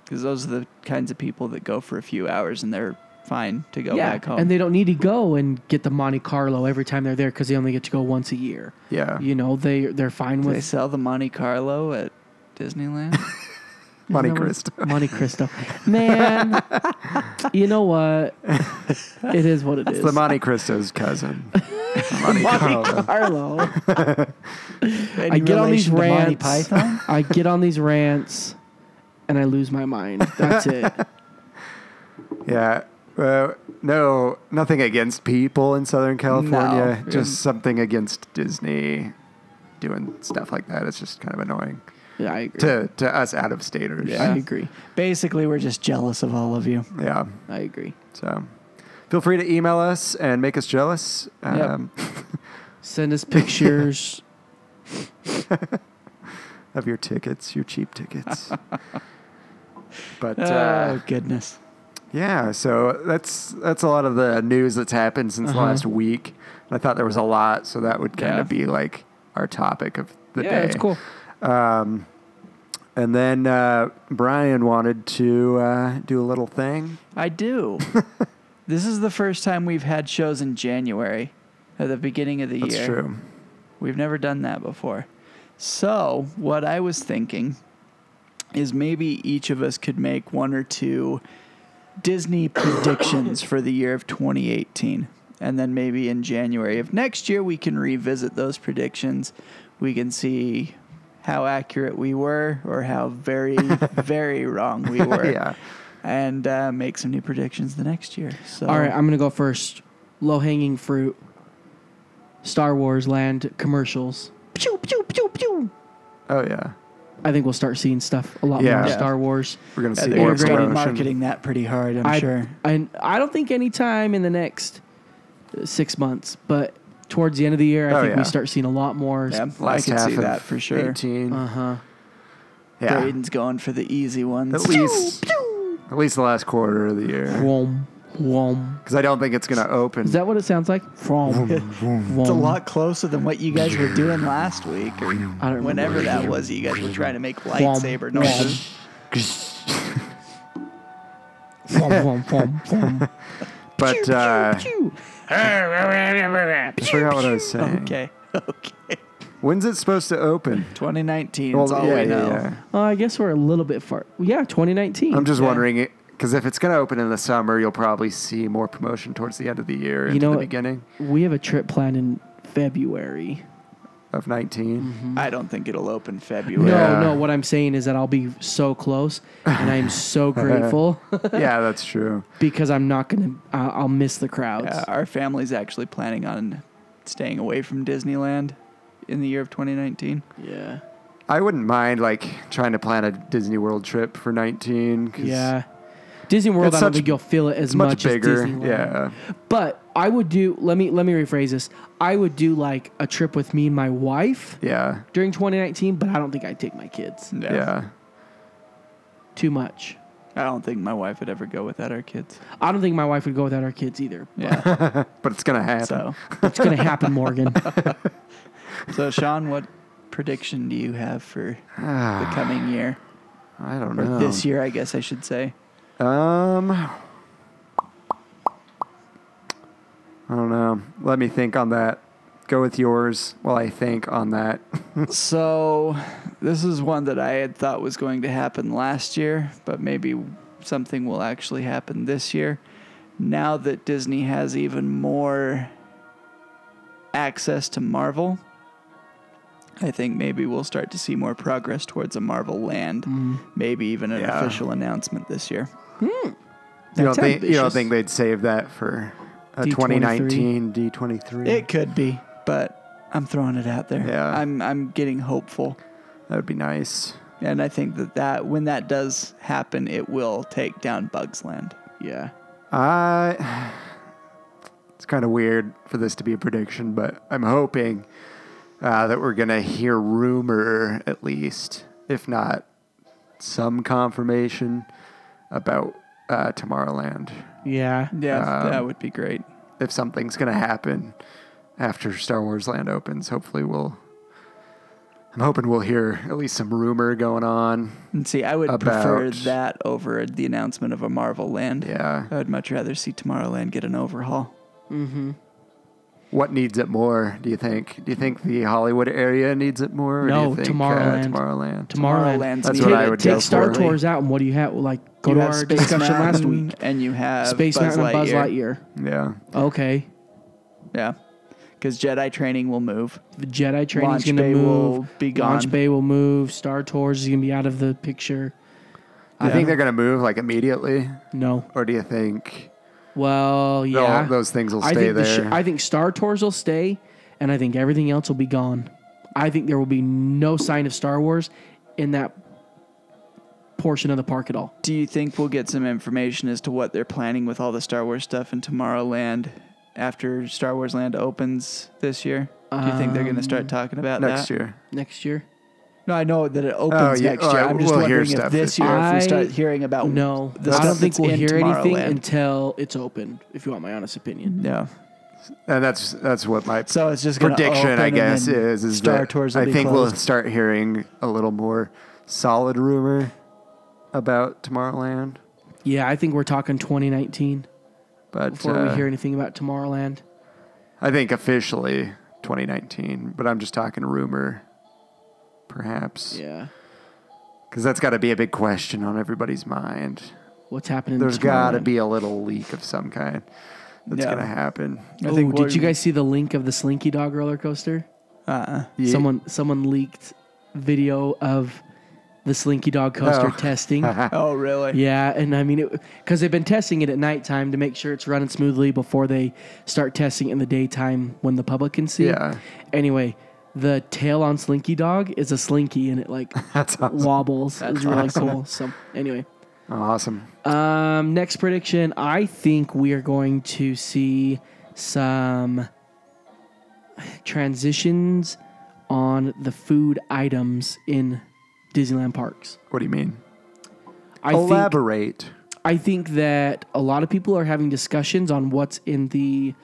[SPEAKER 7] Because those are the kinds of people that go for a few hours and they're fine to go back home.
[SPEAKER 6] and they don't need to go and get the Monte Carlo every time they're there because they only get to go once a year.
[SPEAKER 5] yeah.
[SPEAKER 6] You know, they they're fine
[SPEAKER 7] Do
[SPEAKER 6] with
[SPEAKER 7] they sell the Monte Carlo at Disneyland.
[SPEAKER 5] Monte
[SPEAKER 6] No,
[SPEAKER 5] Cristo.
[SPEAKER 6] Monte Cristo. Man, you know what? It is what it is.
[SPEAKER 5] It's the Monte Cristo's cousin. Monte Carlo.
[SPEAKER 6] Carlo.
[SPEAKER 7] Any
[SPEAKER 6] get on these
[SPEAKER 7] relation to Monty
[SPEAKER 6] rants.
[SPEAKER 7] Python.
[SPEAKER 6] I get on these rants and I lose my mind. That's it.
[SPEAKER 5] Yeah. Uh, no, nothing against people in Southern California.
[SPEAKER 7] No.
[SPEAKER 5] Just something against Disney doing stuff like that. It's just kind of annoying
[SPEAKER 6] Yeah, I agree.
[SPEAKER 5] to to us out of staters.
[SPEAKER 6] I agree.
[SPEAKER 7] Basically, we're just jealous of all of you.
[SPEAKER 5] Yeah.
[SPEAKER 6] I agree.
[SPEAKER 5] So feel free to email us and make us jealous.
[SPEAKER 7] Yep.
[SPEAKER 5] Um,
[SPEAKER 6] Send us pictures.
[SPEAKER 5] Of your tickets, your cheap tickets. but
[SPEAKER 7] Oh
[SPEAKER 5] uh,
[SPEAKER 7] goodness.
[SPEAKER 5] Yeah, so that's that's a lot of the news that's happened since last week. And I thought there was a lot, so that would kind
[SPEAKER 7] Uh-huh. Yeah.
[SPEAKER 5] of be like our topic of the
[SPEAKER 6] yeah,
[SPEAKER 5] day.
[SPEAKER 6] it's cool.
[SPEAKER 5] And then uh, Brian wanted to uh, do a little thing.
[SPEAKER 7] I do. this is the first time we've had shows in January at the beginning of the
[SPEAKER 5] That's
[SPEAKER 7] year.
[SPEAKER 5] true.
[SPEAKER 7] We've never done that before. So, what I was thinking is maybe each of us could make one or two Disney predictions for the year of 2018. And then maybe in January of next year, we can revisit those predictions. We can see how accurate we were or how very, very wrong we were.
[SPEAKER 5] Yeah.
[SPEAKER 7] And uh, make some new predictions the next year. So,
[SPEAKER 6] All right, I'm gonna go first. Low hanging fruit. Star Wars Land commercials. Pew, pew, pew, pew.
[SPEAKER 5] Oh yeah,
[SPEAKER 6] I think we'll start seeing stuff a lot
[SPEAKER 5] Yeah.
[SPEAKER 6] more
[SPEAKER 5] Yeah.
[SPEAKER 6] Star Wars.
[SPEAKER 5] we're gonna see
[SPEAKER 7] they're
[SPEAKER 5] more
[SPEAKER 7] going to be
[SPEAKER 5] promotion.
[SPEAKER 7] marketing that pretty hard, I'm
[SPEAKER 6] I,
[SPEAKER 7] sure.
[SPEAKER 6] I, I don't think any time in the next uh, six months, but towards the end of the year, I
[SPEAKER 5] Oh,
[SPEAKER 6] think
[SPEAKER 5] yeah.
[SPEAKER 6] we start seeing a lot more.
[SPEAKER 7] Yeah.
[SPEAKER 5] Last
[SPEAKER 7] I could
[SPEAKER 5] half
[SPEAKER 7] see
[SPEAKER 5] of
[SPEAKER 7] that for sure.
[SPEAKER 5] 18.
[SPEAKER 6] Uh huh.
[SPEAKER 5] yeah,
[SPEAKER 7] Braden's going for the easy ones.
[SPEAKER 5] at least at least the last quarter of the year,
[SPEAKER 6] Wom, wom.
[SPEAKER 5] because I don't think it's gonna open.
[SPEAKER 6] Is that what it sounds like? From.
[SPEAKER 7] It's a lot closer than what you guys were doing last week or
[SPEAKER 6] I don't
[SPEAKER 7] whenever
[SPEAKER 6] remember.
[SPEAKER 7] that was. that You guys were trying to make lightsaber
[SPEAKER 6] Womp,
[SPEAKER 7] noises.
[SPEAKER 6] Wom, wom, wom, wom.
[SPEAKER 5] but uh,
[SPEAKER 6] Pew.
[SPEAKER 5] I forgot what I was saying.
[SPEAKER 7] Okay. Okay.
[SPEAKER 5] When's it supposed to open?
[SPEAKER 7] 2019 is
[SPEAKER 5] Well,
[SPEAKER 7] all
[SPEAKER 5] yeah,
[SPEAKER 7] we know.
[SPEAKER 5] yeah, yeah.
[SPEAKER 6] Uh, I guess we're a little bit far. Yeah, 2019.
[SPEAKER 5] I'm just
[SPEAKER 7] Yeah.
[SPEAKER 5] wondering because if it's gonna open in the summer, you'll probably see more promotion towards the end of the year, into
[SPEAKER 6] know
[SPEAKER 5] the
[SPEAKER 6] what?
[SPEAKER 5] beginning
[SPEAKER 6] We have a trip planned in February.
[SPEAKER 5] of 19.
[SPEAKER 7] I don't think it'll open February.
[SPEAKER 5] Yeah.
[SPEAKER 6] No, no. What I'm saying is that I'll be so close, and I'm so grateful
[SPEAKER 5] yeah, that's true.
[SPEAKER 6] because I'm not gonna. I I'll miss the crowds.
[SPEAKER 7] Uh, our family's actually planning on staying away from Disneyland in the year of 2019.
[SPEAKER 6] Yeah.
[SPEAKER 5] I wouldn't mind like trying to plan a Disney World trip for 19. 'cause
[SPEAKER 6] Yeah. Disney World.
[SPEAKER 5] It's
[SPEAKER 6] I don't
[SPEAKER 5] such-
[SPEAKER 6] think you'll feel it as
[SPEAKER 5] it's much, bigger.
[SPEAKER 6] As Disneyland.
[SPEAKER 5] yeah,
[SPEAKER 6] But I would do. Let me let me rephrase this. I would do like a trip with me and my wife
[SPEAKER 5] yeah,
[SPEAKER 6] during 2019, but I don't think I'd take my kids.
[SPEAKER 7] No.
[SPEAKER 5] yeah.
[SPEAKER 6] Too much.
[SPEAKER 7] I don't think my wife would ever go without our kids.
[SPEAKER 6] I don't think my wife would go without our kids either.
[SPEAKER 7] Yeah.
[SPEAKER 5] But it's gonna happen.
[SPEAKER 7] so,
[SPEAKER 6] It's gonna happen, Morgan.
[SPEAKER 7] so Sean, what prediction do you have for the coming year?
[SPEAKER 5] I don't
[SPEAKER 7] Or
[SPEAKER 5] know.
[SPEAKER 7] this year, I guess I should say.
[SPEAKER 5] Um, I don't know. Let me think on that. Go with yours while I think on that.
[SPEAKER 7] So, this is one that I had thought was going to happen last year, but maybe something will actually happen this year. Now that Disney has even more access to Marvel, I think maybe we'll start to see more progress towards a Marvel land, maybe even an
[SPEAKER 5] Mm-hmm. Yeah. Hmm.
[SPEAKER 7] official announcement this year.
[SPEAKER 5] you don't
[SPEAKER 6] That's
[SPEAKER 5] think you don't
[SPEAKER 6] ambitious.
[SPEAKER 5] think they'd save that for a
[SPEAKER 6] D23.
[SPEAKER 5] 2019 D23?
[SPEAKER 7] It could be, but I'm throwing it out there.
[SPEAKER 5] Yeah.
[SPEAKER 7] I'm I'm getting hopeful.
[SPEAKER 5] that would be nice.
[SPEAKER 7] And I think that, that when that does happen, it will take down Bugs Land.
[SPEAKER 6] yeah.
[SPEAKER 5] I. It's kind of weird for this to be a prediction, but I'm hoping uh, that we're gonna hear rumor at least, if not some confirmation about uh, Tomorrowland.
[SPEAKER 6] Yeah.
[SPEAKER 7] Yeah,
[SPEAKER 5] Um,
[SPEAKER 7] that would be great.
[SPEAKER 5] If something's gonna happen after Star Wars Land opens, hopefully we'll. I'm hoping we'll hear at least some rumor going on.
[SPEAKER 7] And see, I would prefer
[SPEAKER 5] About-
[SPEAKER 7] that over the announcement of a Marvel land.
[SPEAKER 5] Yeah.
[SPEAKER 7] I would much rather see Tomorrowland get an overhaul.
[SPEAKER 5] What needs it more? Do you think? Do you think the Hollywood area needs it more? Or do
[SPEAKER 6] No,
[SPEAKER 5] you think,
[SPEAKER 6] Tomorrowland.
[SPEAKER 5] Uh, Tomorrowland.
[SPEAKER 6] Tomorrowland.
[SPEAKER 7] Tomorrowland's
[SPEAKER 5] That's what
[SPEAKER 6] Take-
[SPEAKER 5] I would
[SPEAKER 6] take
[SPEAKER 5] go
[SPEAKER 6] Star
[SPEAKER 5] for.
[SPEAKER 6] Tours out, and what do you have? Like, go
[SPEAKER 7] You
[SPEAKER 6] to
[SPEAKER 7] have
[SPEAKER 6] our
[SPEAKER 7] Space
[SPEAKER 6] discussion last
[SPEAKER 7] Mountain,
[SPEAKER 6] week.
[SPEAKER 7] and you have
[SPEAKER 6] Space
[SPEAKER 7] Buzz
[SPEAKER 6] Mountain and Buzz
[SPEAKER 7] Lightyear.
[SPEAKER 6] Lightyear.
[SPEAKER 5] Yeah.
[SPEAKER 6] Okay.
[SPEAKER 7] Yeah, because Jedi training will move.
[SPEAKER 6] The Jedi training's
[SPEAKER 7] Launch
[SPEAKER 6] going to
[SPEAKER 7] bay
[SPEAKER 6] move.
[SPEAKER 7] will be gone.
[SPEAKER 6] Launch Bay will move. Star Tours is going to be out of the picture.
[SPEAKER 5] Do you think they're going to move like immediately,
[SPEAKER 6] No.
[SPEAKER 5] or do you think
[SPEAKER 6] Well,
[SPEAKER 5] they'll-
[SPEAKER 6] yeah.
[SPEAKER 5] those things will
[SPEAKER 6] I
[SPEAKER 5] stay
[SPEAKER 6] think the sh-
[SPEAKER 5] there?
[SPEAKER 6] I think Star Tours will stay, and I think everything else will be gone. I think there will be no sign of Star Wars in that portion of the park at all.
[SPEAKER 7] Do you think we'll get some information as to what they're planning with all the Star Wars stuff in Tomorrowland after Star Wars Land opens this year? Do you think they're going to start talking about
[SPEAKER 5] Um, next
[SPEAKER 7] that?
[SPEAKER 5] year?
[SPEAKER 6] Next year?
[SPEAKER 7] No, I know that it opens
[SPEAKER 5] Oh, yeah.
[SPEAKER 7] next
[SPEAKER 5] All
[SPEAKER 7] year.
[SPEAKER 5] right,
[SPEAKER 7] I'm just
[SPEAKER 5] we'll hear
[SPEAKER 7] wondering if
[SPEAKER 5] stuff
[SPEAKER 7] this
[SPEAKER 5] this
[SPEAKER 7] year if we
[SPEAKER 6] I-
[SPEAKER 7] start hearing about
[SPEAKER 6] No,
[SPEAKER 7] the
[SPEAKER 6] I
[SPEAKER 7] stuff
[SPEAKER 6] don't think
[SPEAKER 7] that's
[SPEAKER 6] we'll
[SPEAKER 7] in
[SPEAKER 6] hear anything
[SPEAKER 7] Tomorrowland.
[SPEAKER 6] until it's opened. If you want my honest opinion,
[SPEAKER 7] yeah.
[SPEAKER 5] And that's that's what my
[SPEAKER 7] So it's just gonna
[SPEAKER 5] prediction,
[SPEAKER 7] open
[SPEAKER 5] I
[SPEAKER 7] and
[SPEAKER 5] guess,
[SPEAKER 7] then
[SPEAKER 5] is is
[SPEAKER 7] Star
[SPEAKER 5] that
[SPEAKER 7] Tours will
[SPEAKER 5] I
[SPEAKER 7] be
[SPEAKER 5] think we'll
[SPEAKER 7] closed.
[SPEAKER 5] start hearing a little more solid rumor about Tomorrowland.
[SPEAKER 6] Yeah, I think we're talking 2019
[SPEAKER 5] But
[SPEAKER 6] before
[SPEAKER 5] uh,
[SPEAKER 6] we hear anything about Tomorrowland.
[SPEAKER 5] I think officially 2019, but I'm just talking rumor, perhaps.
[SPEAKER 6] Yeah.
[SPEAKER 5] Because that's got to be a big question on everybody's mind.
[SPEAKER 6] What's happening?
[SPEAKER 5] There's got to
[SPEAKER 6] Tomorrowland?
[SPEAKER 5] be a little leak of some kind that's
[SPEAKER 7] Yeah.
[SPEAKER 5] going to happen.
[SPEAKER 7] I
[SPEAKER 6] Ooh,
[SPEAKER 7] think what-
[SPEAKER 6] Oh, did you guys see the link of the Slinky Dog roller coaster?
[SPEAKER 5] Ye-
[SPEAKER 6] Someone someone leaked video of the Slinky Dog coaster
[SPEAKER 5] Oh.
[SPEAKER 6] testing.
[SPEAKER 7] Oh, really?
[SPEAKER 6] yeah, and I mean, because they've been testing it at nighttime to make sure it's running smoothly before they start testing it in the daytime when the public can see. it.
[SPEAKER 5] Yeah.
[SPEAKER 6] Anyway, the tail on Slinky Dog is a Slinky, and it like
[SPEAKER 5] That's awesome.
[SPEAKER 6] wobbles. It's really cool. So anyway.
[SPEAKER 5] awesome.
[SPEAKER 6] Um, next prediction. I think we are going to see some transitions on the food items in Disneyland parks.
[SPEAKER 5] What do you mean?
[SPEAKER 6] I think,
[SPEAKER 5] Elaborate.
[SPEAKER 6] I think that a lot of people are having discussions on what's in the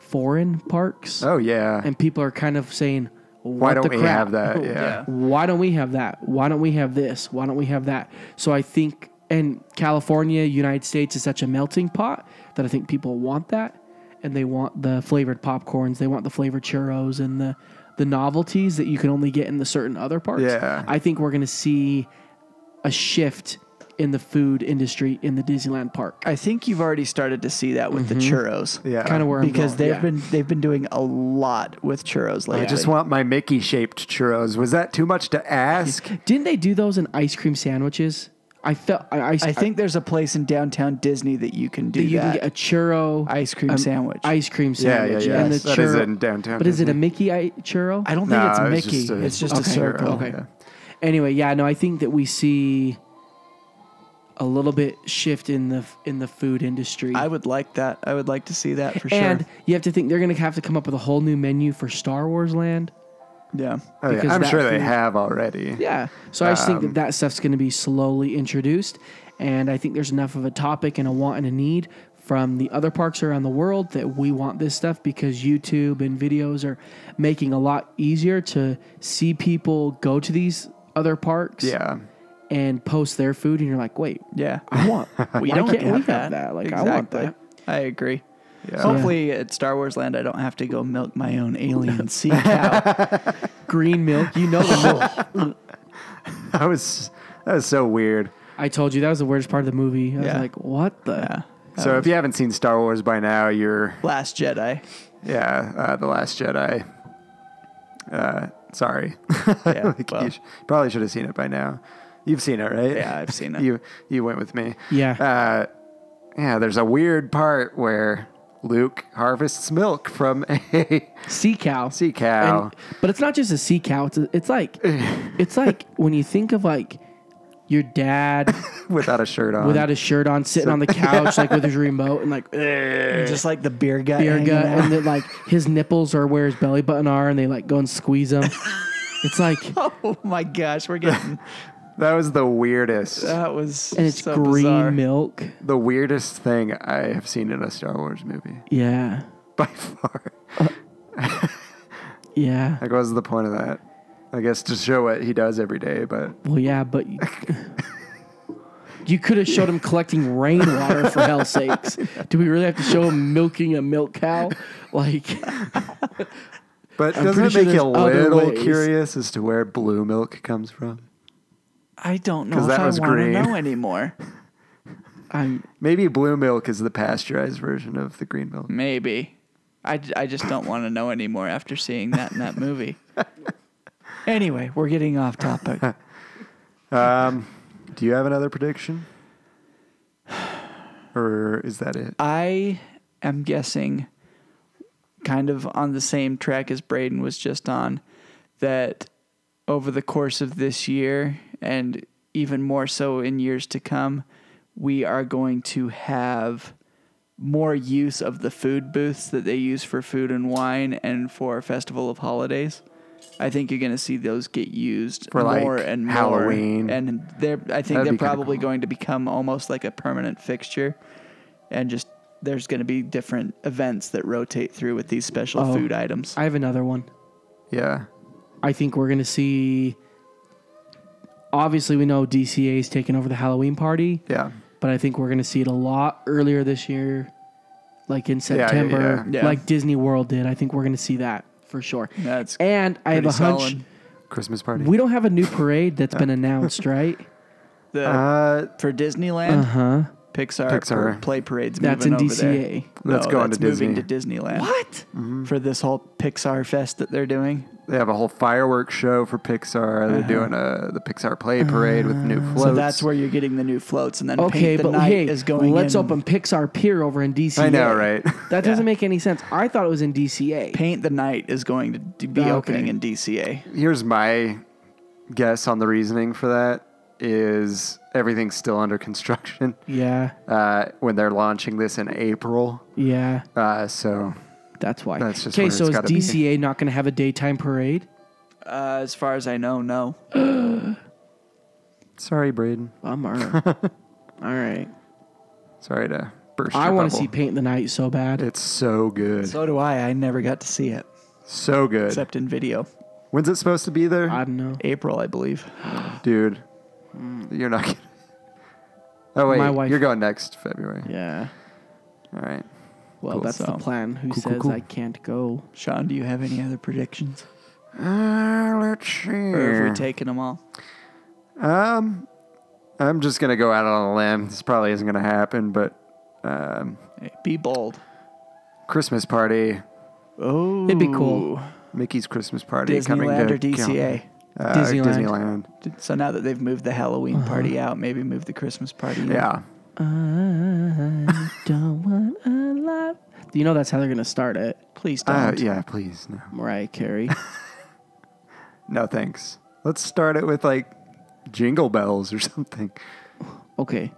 [SPEAKER 6] foreign parks,
[SPEAKER 5] oh, yeah.
[SPEAKER 6] and people are kind of saying,
[SPEAKER 5] Why
[SPEAKER 6] "What
[SPEAKER 5] don't
[SPEAKER 6] the
[SPEAKER 5] we
[SPEAKER 6] crap?"
[SPEAKER 5] have that? Yeah.
[SPEAKER 6] why don't we have that? Why don't we have this? Why don't we have that? So I think, and California, United States is such a melting pot that I think people want that, and they want the flavored popcorns, they want the flavored churros, and the the novelties that you can only get in the certain other parts.
[SPEAKER 5] Yeah.
[SPEAKER 6] I think we're gonna see a shift in the food industry in the Disneyland park.
[SPEAKER 7] I think you've already started to see that with the churros.
[SPEAKER 5] Mm-hmm. Yeah.
[SPEAKER 6] Kind of where I'm going,
[SPEAKER 7] Because they've
[SPEAKER 6] yeah.
[SPEAKER 7] been they've been doing a lot with churros lately.
[SPEAKER 5] I just want my Mickey shaped churros. Was that too much to ask?
[SPEAKER 6] Didn't they do those in ice cream sandwiches? I felt I, I,
[SPEAKER 7] I think there's a place in downtown Disney that you can do
[SPEAKER 6] that you
[SPEAKER 7] that.
[SPEAKER 6] can get a churro um,
[SPEAKER 7] Ice cream sandwich.
[SPEAKER 6] Ice cream
[SPEAKER 5] Yeah, yeah,
[SPEAKER 6] sandwich.
[SPEAKER 5] yeah.
[SPEAKER 6] And the
[SPEAKER 5] That
[SPEAKER 6] churro.
[SPEAKER 5] is in downtown
[SPEAKER 6] But is it a
[SPEAKER 5] Disney.
[SPEAKER 6] Mickey I, churro?
[SPEAKER 7] I don't
[SPEAKER 5] No,
[SPEAKER 7] think
[SPEAKER 5] it's
[SPEAKER 7] it's Mickey.
[SPEAKER 5] just a-
[SPEAKER 7] it's just
[SPEAKER 5] Okay,
[SPEAKER 7] a circle.
[SPEAKER 5] okay. Yeah.
[SPEAKER 6] Anyway, yeah, no, I think that we see a little bit shift in the in the food industry.
[SPEAKER 7] I would like that. I would like to see that for
[SPEAKER 6] and
[SPEAKER 7] sure.
[SPEAKER 6] you have to think they're going to have to come up with a whole new menu for Star Wars Land.
[SPEAKER 7] Yeah.
[SPEAKER 5] Oh, yeah.
[SPEAKER 6] Because
[SPEAKER 5] I'm
[SPEAKER 6] that
[SPEAKER 5] sure they
[SPEAKER 6] food-
[SPEAKER 5] have already.
[SPEAKER 6] Yeah. So I just think
[SPEAKER 7] Um,
[SPEAKER 6] that that stuff's going to be slowly introduced. And I think there's enough of a topic and a want and a need from the other parks around the world that we want this stuff because YouTube and videos are making a lot easier to see people go to these other parks
[SPEAKER 5] Yeah.
[SPEAKER 6] and post their food. And you're like, wait,
[SPEAKER 7] Yeah.
[SPEAKER 6] I want,
[SPEAKER 7] We
[SPEAKER 6] why
[SPEAKER 7] don't
[SPEAKER 6] can't
[SPEAKER 7] have
[SPEAKER 6] we
[SPEAKER 7] that.
[SPEAKER 6] have that? Like,
[SPEAKER 7] exactly.
[SPEAKER 6] I want that.
[SPEAKER 7] I agree.
[SPEAKER 5] Yeah.
[SPEAKER 7] Hopefully at Star Wars Land, I don't have to go milk my own alien sea cow.
[SPEAKER 6] Green milk, you know the milk.
[SPEAKER 5] That was that was so weird.
[SPEAKER 6] I told you that was the weirdest part of the movie. I was
[SPEAKER 7] Yeah.
[SPEAKER 6] like, what the?
[SPEAKER 7] Yeah.
[SPEAKER 5] So if you haven't seen Star Wars by now, you're
[SPEAKER 7] Last Jedi.
[SPEAKER 5] yeah, uh, the Last Jedi. Uh, sorry,
[SPEAKER 7] Yeah.
[SPEAKER 5] Like,
[SPEAKER 7] well,
[SPEAKER 5] you sh- probably should have seen it by now. You've seen it, right?
[SPEAKER 7] Yeah, I've seen it.
[SPEAKER 5] you you went with me.
[SPEAKER 6] Yeah.
[SPEAKER 5] Uh, yeah. There's a weird part where Luke harvests milk from a
[SPEAKER 6] sea cow.
[SPEAKER 5] Sea cow.
[SPEAKER 6] And- but it's not just a sea cow. It's, it's like it's like when you think of like your dad
[SPEAKER 5] without a shirt on.
[SPEAKER 6] without his shirt on, sitting on the couch like with his remote and like
[SPEAKER 7] just like the beer gut.
[SPEAKER 6] beer
[SPEAKER 7] hanging
[SPEAKER 6] gut,
[SPEAKER 7] out.
[SPEAKER 6] and then like his nipples are where his belly button are, and they like go and squeeze them. It's like
[SPEAKER 7] Oh my gosh, we're getting
[SPEAKER 5] that was the weirdest.
[SPEAKER 7] that was
[SPEAKER 6] and it's
[SPEAKER 7] so
[SPEAKER 6] green
[SPEAKER 7] bizarre.
[SPEAKER 6] milk.
[SPEAKER 5] the weirdest thing I have seen in a Star Wars movie
[SPEAKER 6] Yeah,
[SPEAKER 5] by far.
[SPEAKER 6] yeah.
[SPEAKER 5] Like, what's the point of that? I guess to show what he does every day, but
[SPEAKER 6] Well, yeah, but. You, You could have showed him collecting rainwater for hell's sakes. Do we really have to show him milking a milk cow? Like,
[SPEAKER 5] but
[SPEAKER 6] I'm
[SPEAKER 5] doesn't
[SPEAKER 6] pretty
[SPEAKER 5] it
[SPEAKER 6] sure
[SPEAKER 5] make you a
[SPEAKER 6] there's other
[SPEAKER 5] little
[SPEAKER 6] ways.
[SPEAKER 5] curious as to where blue milk comes from?
[SPEAKER 7] I don't know
[SPEAKER 5] 'Cause
[SPEAKER 7] if
[SPEAKER 5] that
[SPEAKER 7] I
[SPEAKER 5] was
[SPEAKER 7] want
[SPEAKER 5] green.
[SPEAKER 7] to know anymore.
[SPEAKER 6] I'm
[SPEAKER 5] Maybe blue milk is the pasteurized version of the green milk.
[SPEAKER 7] Maybe. I, I just don't want to know anymore after seeing that in that movie. anyway, we're getting off topic.
[SPEAKER 6] Um,
[SPEAKER 5] Do you have another prediction? Or is that it?
[SPEAKER 7] I am guessing, kind of on the same track as Braden was just on, that over the course of this year and even more so in years to come, we are going to have more use of the food booths that they use for food and wine and for Festival of Holidays. I think you're going to see those get used
[SPEAKER 5] For, like,
[SPEAKER 7] more and more.
[SPEAKER 5] Halloween.
[SPEAKER 7] And they're, I think
[SPEAKER 5] That'd
[SPEAKER 7] they're
[SPEAKER 5] be kinda
[SPEAKER 7] probably
[SPEAKER 5] cool.
[SPEAKER 7] going to become almost like a permanent fixture and just there's going to be different events that rotate through with these special
[SPEAKER 6] Oh.
[SPEAKER 7] food items.
[SPEAKER 6] I have another one.
[SPEAKER 5] Yeah.
[SPEAKER 6] I think we're gonna see obviously we know DCA's taking over the Halloween party,
[SPEAKER 5] Yeah.
[SPEAKER 6] but I think we're going to see it a lot earlier this year, like in
[SPEAKER 5] yeah,
[SPEAKER 6] September,
[SPEAKER 5] yeah.
[SPEAKER 7] Yeah.
[SPEAKER 6] like Disney World did. I think we're going to see that for sure.
[SPEAKER 7] That's
[SPEAKER 6] and I have a
[SPEAKER 7] pretty
[SPEAKER 6] hunch
[SPEAKER 7] solid.
[SPEAKER 5] Christmas party.
[SPEAKER 6] we don't have a new parade that's been announced, right?
[SPEAKER 7] The,
[SPEAKER 5] uh,
[SPEAKER 7] for Disneyland, uh-huh. Pixar,
[SPEAKER 5] Pixar.
[SPEAKER 7] per- play parades.
[SPEAKER 6] That's in
[SPEAKER 7] moving over there.
[SPEAKER 6] DCA.
[SPEAKER 5] Let's
[SPEAKER 7] No,
[SPEAKER 5] go on
[SPEAKER 7] that's
[SPEAKER 5] to
[SPEAKER 7] moving to Disneyland.
[SPEAKER 6] What?
[SPEAKER 7] for this whole Pixar fest that they're doing?
[SPEAKER 5] they have a whole fireworks show for Pixar.
[SPEAKER 6] Uh-huh.
[SPEAKER 5] They're doing a the Pixar Play Parade with
[SPEAKER 6] Uh,
[SPEAKER 5] new floats.
[SPEAKER 7] So that's where you're getting the new floats, and then
[SPEAKER 6] Okay,
[SPEAKER 7] Paint the
[SPEAKER 6] but
[SPEAKER 7] Night
[SPEAKER 6] hey,
[SPEAKER 7] is going.
[SPEAKER 6] let's
[SPEAKER 7] in.
[SPEAKER 6] open Pixar Pier over in DCA.
[SPEAKER 5] I know, right?
[SPEAKER 6] That
[SPEAKER 7] Yeah.
[SPEAKER 6] doesn't make any sense. I thought it was in DCA.
[SPEAKER 7] Paint the Night is going to d- be
[SPEAKER 6] Okay.
[SPEAKER 7] opening in DCA.
[SPEAKER 5] Here's my guess on the reasoning for that is everything's still under construction
[SPEAKER 6] Yeah,
[SPEAKER 5] uh, when they're launching this in April.
[SPEAKER 6] yeah,
[SPEAKER 5] Uh, so
[SPEAKER 6] that's why.
[SPEAKER 5] That's just
[SPEAKER 6] okay,
[SPEAKER 5] where
[SPEAKER 6] so
[SPEAKER 5] it's
[SPEAKER 6] is
[SPEAKER 5] gotta be.
[SPEAKER 6] DCA not going to have a daytime parade?
[SPEAKER 7] Uh, as far as I know, no.
[SPEAKER 5] sorry, Braden.
[SPEAKER 6] Bummer. All right.
[SPEAKER 5] Sorry to burst.
[SPEAKER 6] I
[SPEAKER 5] want to
[SPEAKER 6] see Paint the Night so bad.
[SPEAKER 5] It's so good, so,
[SPEAKER 7] So do I. I never got to see it
[SPEAKER 5] good.
[SPEAKER 7] except in video.
[SPEAKER 5] When's it supposed to be there,
[SPEAKER 6] I don't know.
[SPEAKER 7] April, I believe.
[SPEAKER 5] dude? You're not. Gonna... Oh wait,
[SPEAKER 6] My wife-
[SPEAKER 5] you're going next February.
[SPEAKER 6] Yeah.
[SPEAKER 5] All right.
[SPEAKER 6] Well,
[SPEAKER 7] Cool,
[SPEAKER 6] that's the
[SPEAKER 7] so-
[SPEAKER 6] plan. Who
[SPEAKER 5] Cool, cool,
[SPEAKER 6] says
[SPEAKER 5] cool.
[SPEAKER 6] I can't go?
[SPEAKER 7] Sean, do you have any other predictions,
[SPEAKER 5] Uh, let's see. Um,
[SPEAKER 7] or have we taken them all?
[SPEAKER 5] I'm just gonna go out on a limb. This probably isn't gonna happen, but
[SPEAKER 7] Hey, be bold.
[SPEAKER 5] Christmas party,
[SPEAKER 7] Oh,
[SPEAKER 6] It'd be cool.
[SPEAKER 5] Mickey's Christmas party coming
[SPEAKER 7] Disneyland
[SPEAKER 5] to
[SPEAKER 7] or DCA.
[SPEAKER 5] Cal- uh,
[SPEAKER 6] Disneyland.
[SPEAKER 5] Disneyland.
[SPEAKER 7] So now that they've moved the Halloween party out, maybe move the Christmas party. in.
[SPEAKER 5] Uh-huh. Yeah.
[SPEAKER 6] I don't want a lot. You know that's how they're gonna start it.
[SPEAKER 7] please don't.
[SPEAKER 5] Uh, yeah. Please no.
[SPEAKER 6] Mariah Carey.
[SPEAKER 5] No thanks. Let's start it with like jingle bells or something.
[SPEAKER 6] Okay.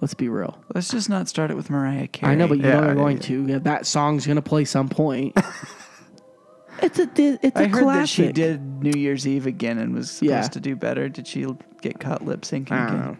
[SPEAKER 6] Let's be real.
[SPEAKER 7] Let's just not start it with Mariah Carey.
[SPEAKER 6] I know, but you know
[SPEAKER 5] Yeah,
[SPEAKER 6] they're going
[SPEAKER 5] yeah.
[SPEAKER 6] to. Yeah, That song's gonna play some point. it's a di- it's a
[SPEAKER 7] I heard that
[SPEAKER 6] classic.
[SPEAKER 7] she did New Year's Eve again and was supposed
[SPEAKER 6] Yeah.
[SPEAKER 7] to do better. Did she get caught lip
[SPEAKER 5] Oh.
[SPEAKER 7] syncing
[SPEAKER 6] I don't
[SPEAKER 7] again?
[SPEAKER 6] know.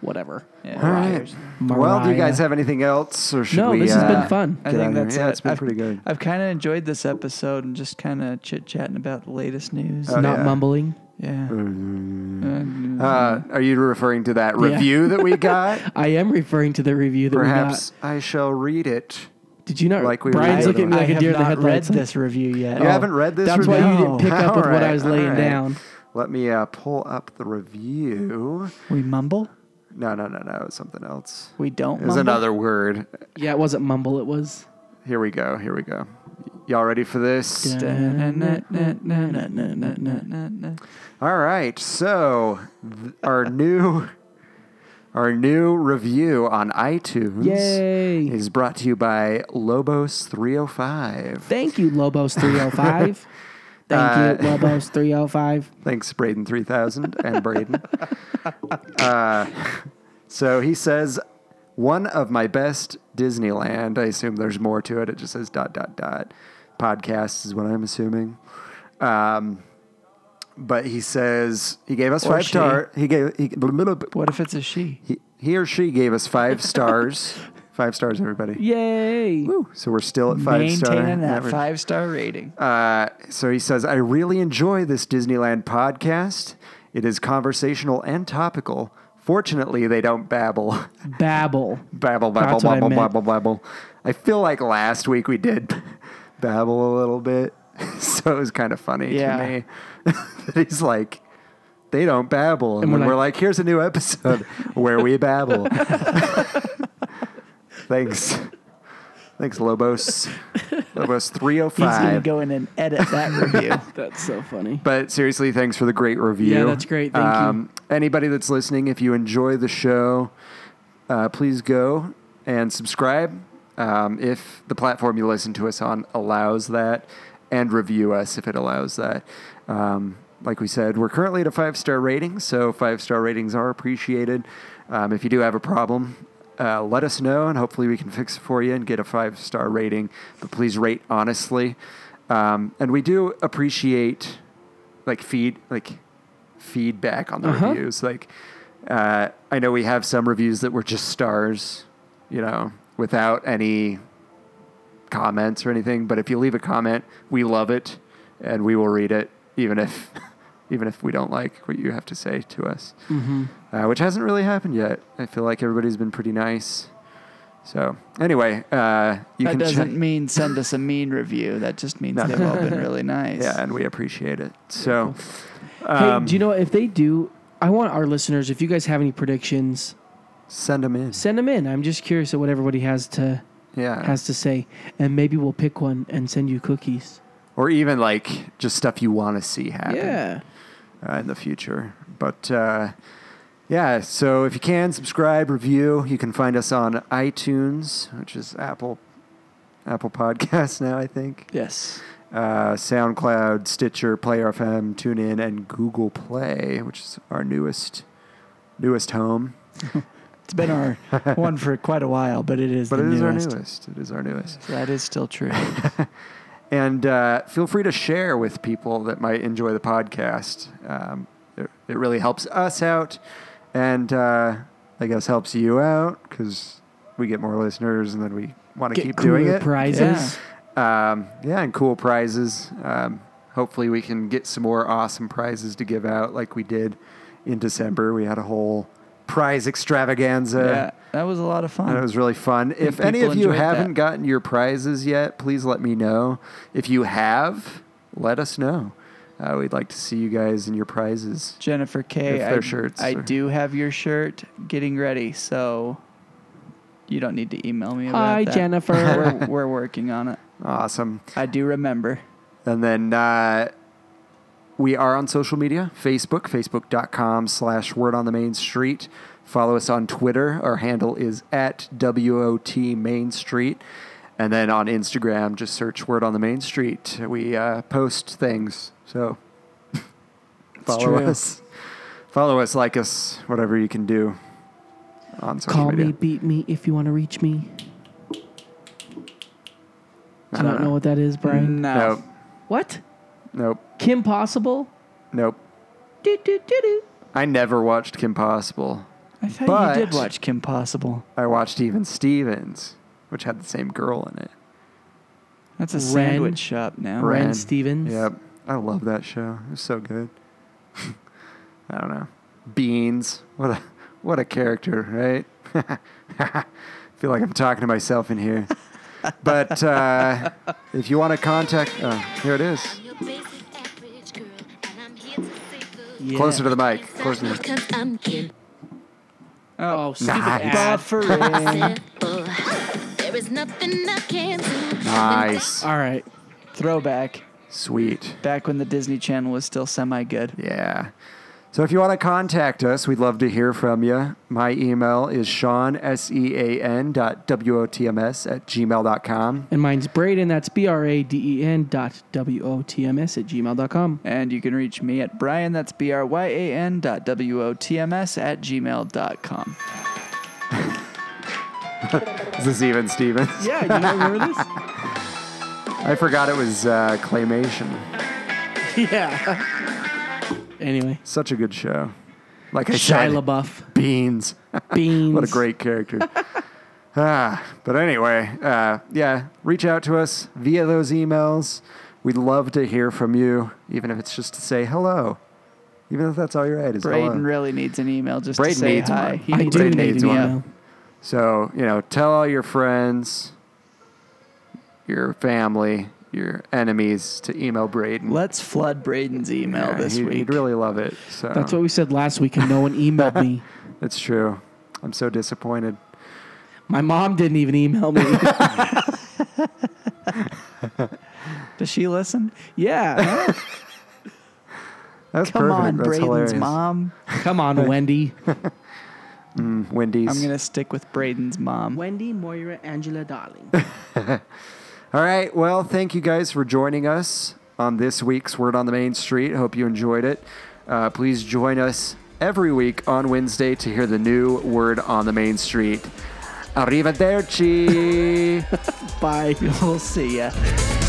[SPEAKER 6] Whatever.
[SPEAKER 7] Yeah,
[SPEAKER 5] All
[SPEAKER 7] who
[SPEAKER 5] right.
[SPEAKER 7] cares?
[SPEAKER 5] Well, do you guys
[SPEAKER 6] Mariah.
[SPEAKER 5] have anything else, or should
[SPEAKER 6] No,
[SPEAKER 5] we?
[SPEAKER 6] this has
[SPEAKER 5] uh,
[SPEAKER 6] been fun.
[SPEAKER 7] I
[SPEAKER 5] get out
[SPEAKER 7] think
[SPEAKER 5] of here?
[SPEAKER 7] that's
[SPEAKER 5] yeah.
[SPEAKER 7] it.
[SPEAKER 5] It's been
[SPEAKER 7] I've-
[SPEAKER 5] pretty good.
[SPEAKER 7] I've kind of enjoyed this episode and just kind of chit chatting about the latest news.
[SPEAKER 6] Not
[SPEAKER 5] yeah.
[SPEAKER 6] mumbling.
[SPEAKER 7] yeah.
[SPEAKER 5] Uh, are you referring to that review that we got?
[SPEAKER 6] I am referring to the review that
[SPEAKER 5] Perhaps
[SPEAKER 6] we
[SPEAKER 5] I shall read it.
[SPEAKER 6] got. Did you not?
[SPEAKER 5] like we
[SPEAKER 6] Brian's
[SPEAKER 5] were-
[SPEAKER 6] looking at me
[SPEAKER 7] I
[SPEAKER 6] like a
[SPEAKER 7] have
[SPEAKER 6] deer in the
[SPEAKER 7] not read
[SPEAKER 6] headlights.
[SPEAKER 7] this review yet.
[SPEAKER 5] You haven't read this?
[SPEAKER 6] That's why
[SPEAKER 5] review?
[SPEAKER 6] you didn't pick up with
[SPEAKER 5] All
[SPEAKER 6] what
[SPEAKER 5] right,
[SPEAKER 6] I was
[SPEAKER 5] all
[SPEAKER 6] laying
[SPEAKER 5] right.
[SPEAKER 6] down.
[SPEAKER 5] Let me uh, pull up the review.
[SPEAKER 7] We mumble.
[SPEAKER 5] No, no, no, no. It's something else.
[SPEAKER 7] We don't.
[SPEAKER 5] There's
[SPEAKER 7] mumble?
[SPEAKER 5] another word.
[SPEAKER 6] Yeah, it wasn't mumble. It was.
[SPEAKER 5] Here we go. Here we go. Y'all ready for this? All right. So th- our new our new review on iTunes
[SPEAKER 6] Yay.
[SPEAKER 5] is brought to you by Lobos 305.
[SPEAKER 6] Thank you, Lobos 305. Thank
[SPEAKER 5] Uh,
[SPEAKER 6] you, Lobos 305.
[SPEAKER 5] Thanks, Braden 3000 and Braden. Uh, so he says, one of my best Disneyland. I assume there's more to it. It just says dot, dot, dot. Podcasts is what I'm assuming. Um, but he says he gave us
[SPEAKER 7] Or
[SPEAKER 5] five
[SPEAKER 7] she.
[SPEAKER 5] star. He gave he, blah, blah, blah,
[SPEAKER 7] What if it's a she?
[SPEAKER 5] he, he or she gave us five stars. five stars, everybody.
[SPEAKER 6] Yay!
[SPEAKER 5] Woo. So we're still at five star.
[SPEAKER 7] Maintaining that
[SPEAKER 5] average.
[SPEAKER 7] five star rating.
[SPEAKER 5] Uh, so he says, I really enjoy this Disneyland podcast. It is conversational and topical. Fortunately, they don't babble.
[SPEAKER 6] Babble.
[SPEAKER 5] babble, babble,
[SPEAKER 6] That's what I
[SPEAKER 5] babble,
[SPEAKER 6] meant.
[SPEAKER 5] babble, babble. I feel like last week we did babble a little bit. so it was kind of funny
[SPEAKER 7] Yeah.
[SPEAKER 5] to me. that he's like, they don't babble. And,
[SPEAKER 6] And we're
[SPEAKER 5] then we're
[SPEAKER 6] like-
[SPEAKER 5] like, here's a new episode where we babble. Thanks. Thanks, Lobos. Lobos 305.
[SPEAKER 7] He's gonna go in and edit that review.
[SPEAKER 6] That's so funny.
[SPEAKER 5] But seriously, thanks for the great review.
[SPEAKER 6] Yeah, that's great. Thank you.
[SPEAKER 5] you. Anybody that's listening, if you enjoy the show, uh, please go and subscribe um, if the platform you listen to us on allows that, and review us if it allows that. Um, like we said, we're currently at a five star rating, so five star ratings are appreciated. Um, if you do have a problem, uh, let us know, and hopefully we can fix it for you and get a five star rating. But please rate honestly. Um, and we do appreciate like feed like feedback on the
[SPEAKER 7] Uh-huh.
[SPEAKER 5] reviews. Like uh, I know we have some reviews that were just stars, you know, without any comments or anything. But if you leave a comment, we love it and we will read it, even if even if we don't like what you have to say to us,
[SPEAKER 7] Mm-hmm.
[SPEAKER 5] uh, which hasn't really happened yet. I feel like everybody's been pretty nice. So anyway, uh, you
[SPEAKER 7] that
[SPEAKER 5] can
[SPEAKER 7] doesn't
[SPEAKER 5] check.
[SPEAKER 7] mean send us a mean review. That just means
[SPEAKER 5] No.
[SPEAKER 7] they've all been really nice.
[SPEAKER 5] yeah, and we appreciate it. So um,
[SPEAKER 6] hey, do you know if they do? I want our listeners. If you guys have any predictions,
[SPEAKER 5] send them in.
[SPEAKER 6] send them in. I'm just curious at what everybody has to
[SPEAKER 5] Yeah,
[SPEAKER 6] has to say, and maybe we'll pick one and send you cookies.
[SPEAKER 5] or even like just stuff you want to see happen.
[SPEAKER 6] Yeah.
[SPEAKER 5] uh, in the future. But uh, yeah, so if you can subscribe, review. You can find us on iTunes, which is Apple Apple Podcasts now, I think.
[SPEAKER 7] Yes.
[SPEAKER 5] Uh, SoundCloud, Stitcher, Player FM, TuneIn, and Google Play, which is our newest newest home.
[SPEAKER 7] It's been our one for quite a while, but it is
[SPEAKER 5] But
[SPEAKER 7] the
[SPEAKER 5] it is
[SPEAKER 7] newest.
[SPEAKER 5] our newest. It is our newest.
[SPEAKER 7] That is still true.
[SPEAKER 5] And uh, feel free to share with people that might enjoy the podcast. Um, it, it really helps us out and uh, I guess helps you out because we get more listeners and then we want to
[SPEAKER 6] Get
[SPEAKER 5] keep
[SPEAKER 6] cooler
[SPEAKER 5] doing it.
[SPEAKER 6] prizes.
[SPEAKER 5] Um, yeah, and cool prizes. Um, hopefully, we can get some more awesome prizes to give out like we did in December. We had a whole prize extravaganza.
[SPEAKER 7] yeah, that was a lot of fun.
[SPEAKER 5] That was really fun. If any
[SPEAKER 7] people
[SPEAKER 5] of you
[SPEAKER 7] enjoyed
[SPEAKER 5] haven't
[SPEAKER 7] that.
[SPEAKER 5] gotten your prizes yet, please let me know. If you have, let us know. Uh, we'd like to see you guys and your prizes.
[SPEAKER 7] Jennifer K.
[SPEAKER 5] If
[SPEAKER 7] I-
[SPEAKER 5] their shirts
[SPEAKER 7] I
[SPEAKER 5] are-
[SPEAKER 7] do have your shirt getting ready, so you don't need to email me about
[SPEAKER 6] Hi,
[SPEAKER 7] that.
[SPEAKER 6] Jennifer.
[SPEAKER 7] we're, we're working on it.
[SPEAKER 5] Awesome.
[SPEAKER 7] I do remember.
[SPEAKER 5] And then uh, we are on social media Facebook, facebook.com slash word on the main street. Follow us on Twitter. Our handle is at WOT Main Street. And then on Instagram, just search word on the main street. We uh, post things. So follow
[SPEAKER 7] true.
[SPEAKER 5] us. Follow us, like us, whatever you can do on social
[SPEAKER 6] Call
[SPEAKER 5] media.
[SPEAKER 6] me, beat me if you want to reach me. I don't, know. what that is, Brian.
[SPEAKER 7] No.
[SPEAKER 5] Nope.
[SPEAKER 6] What?
[SPEAKER 5] Nope.
[SPEAKER 6] Kim Possible?
[SPEAKER 5] Nope.
[SPEAKER 6] Do, do, do, do.
[SPEAKER 5] I never watched Kim Possible.
[SPEAKER 7] I thought
[SPEAKER 5] But-
[SPEAKER 7] you did watch Kim Possible.
[SPEAKER 5] I watched Even Stevens, which had the same girl in it.
[SPEAKER 7] That's a
[SPEAKER 6] Ren.
[SPEAKER 7] sandwich shop now.
[SPEAKER 6] Ren
[SPEAKER 5] Ren.
[SPEAKER 6] Stevens.
[SPEAKER 5] Yep. I love that show. It was so good. I don't know. Beans. What a what a character, right? feel like I'm talking to myself in here. But uh, if you want to contact oh, here it is.
[SPEAKER 9] I'm your basic average girl, and I'm here to save the
[SPEAKER 7] Yeah.
[SPEAKER 5] Closer to the mic. Closer to the
[SPEAKER 9] Because I'm Kim.
[SPEAKER 6] Oh, stupid
[SPEAKER 5] Nice.
[SPEAKER 6] ad.
[SPEAKER 7] Buffering.
[SPEAKER 9] Simple. There is nothing I can do.
[SPEAKER 5] Nice.
[SPEAKER 6] All right.
[SPEAKER 7] Throwback.
[SPEAKER 5] Sweet.
[SPEAKER 7] Back when the Disney Channel was still semi good.
[SPEAKER 5] Yeah. So if you want to contact us, we'd love to hear from you. My email is Sean, S-E-A-N dot W-O-T-M-S at gmail.com.
[SPEAKER 6] And mine's Braden. That's B R A D E N dot W O T M S at gmail.com.
[SPEAKER 7] And you can reach me at Brian, that's B R Y A N dot W O T M S at gmail dot com.
[SPEAKER 5] Is this even Stevens?
[SPEAKER 6] Yeah, you don't remember this?
[SPEAKER 5] I forgot it was uh, Claymation.
[SPEAKER 6] yeah. Anyway,
[SPEAKER 5] Such a good show. Like I
[SPEAKER 6] Shia
[SPEAKER 5] said,
[SPEAKER 6] LaBeouf.
[SPEAKER 5] Beans.
[SPEAKER 6] Beans.
[SPEAKER 5] what a great character. ah, but anyway, uh, yeah, reach out to us via those emails. We'd love to hear from you, even if it's just to say hello. Even if that's all you write is hello.
[SPEAKER 7] Braden really needs an email just
[SPEAKER 5] Braden
[SPEAKER 7] to say
[SPEAKER 5] needs
[SPEAKER 7] hi.
[SPEAKER 5] one.
[SPEAKER 7] He
[SPEAKER 5] I
[SPEAKER 6] I
[SPEAKER 7] needs
[SPEAKER 6] do
[SPEAKER 5] Braden
[SPEAKER 7] an
[SPEAKER 6] need
[SPEAKER 5] needs
[SPEAKER 6] to
[SPEAKER 5] one.
[SPEAKER 6] know.
[SPEAKER 5] So, you know, tell all your friends, your family, your enemies to email Braden.
[SPEAKER 7] Let's flood Braden's email
[SPEAKER 5] Yeah,
[SPEAKER 7] this
[SPEAKER 5] he'd,
[SPEAKER 7] week.
[SPEAKER 5] He'd really love it. So
[SPEAKER 6] That's what we said last week, and no one emailed me.
[SPEAKER 5] It's true. I'm so disappointed.
[SPEAKER 6] My mom didn't even email me.
[SPEAKER 7] Does she listen?
[SPEAKER 6] yeah.
[SPEAKER 5] That's
[SPEAKER 7] Come
[SPEAKER 5] perfect.
[SPEAKER 7] on,
[SPEAKER 5] That's
[SPEAKER 7] Braden's
[SPEAKER 5] hilarious.
[SPEAKER 7] mom.
[SPEAKER 6] Come on, Wendy.
[SPEAKER 5] Wendy's.
[SPEAKER 7] I'm gonna stick with Braden's mom.
[SPEAKER 6] Wendy, Moira, Angela, Darling.
[SPEAKER 5] All right. Well, thank you guys for joining us on this week's Word on the Main Street. Hope you enjoyed it. Uh, please join us every week on Wednesday to hear the new Word on the Main Street. Arrivederci.
[SPEAKER 6] Bye.
[SPEAKER 7] We'll see ya.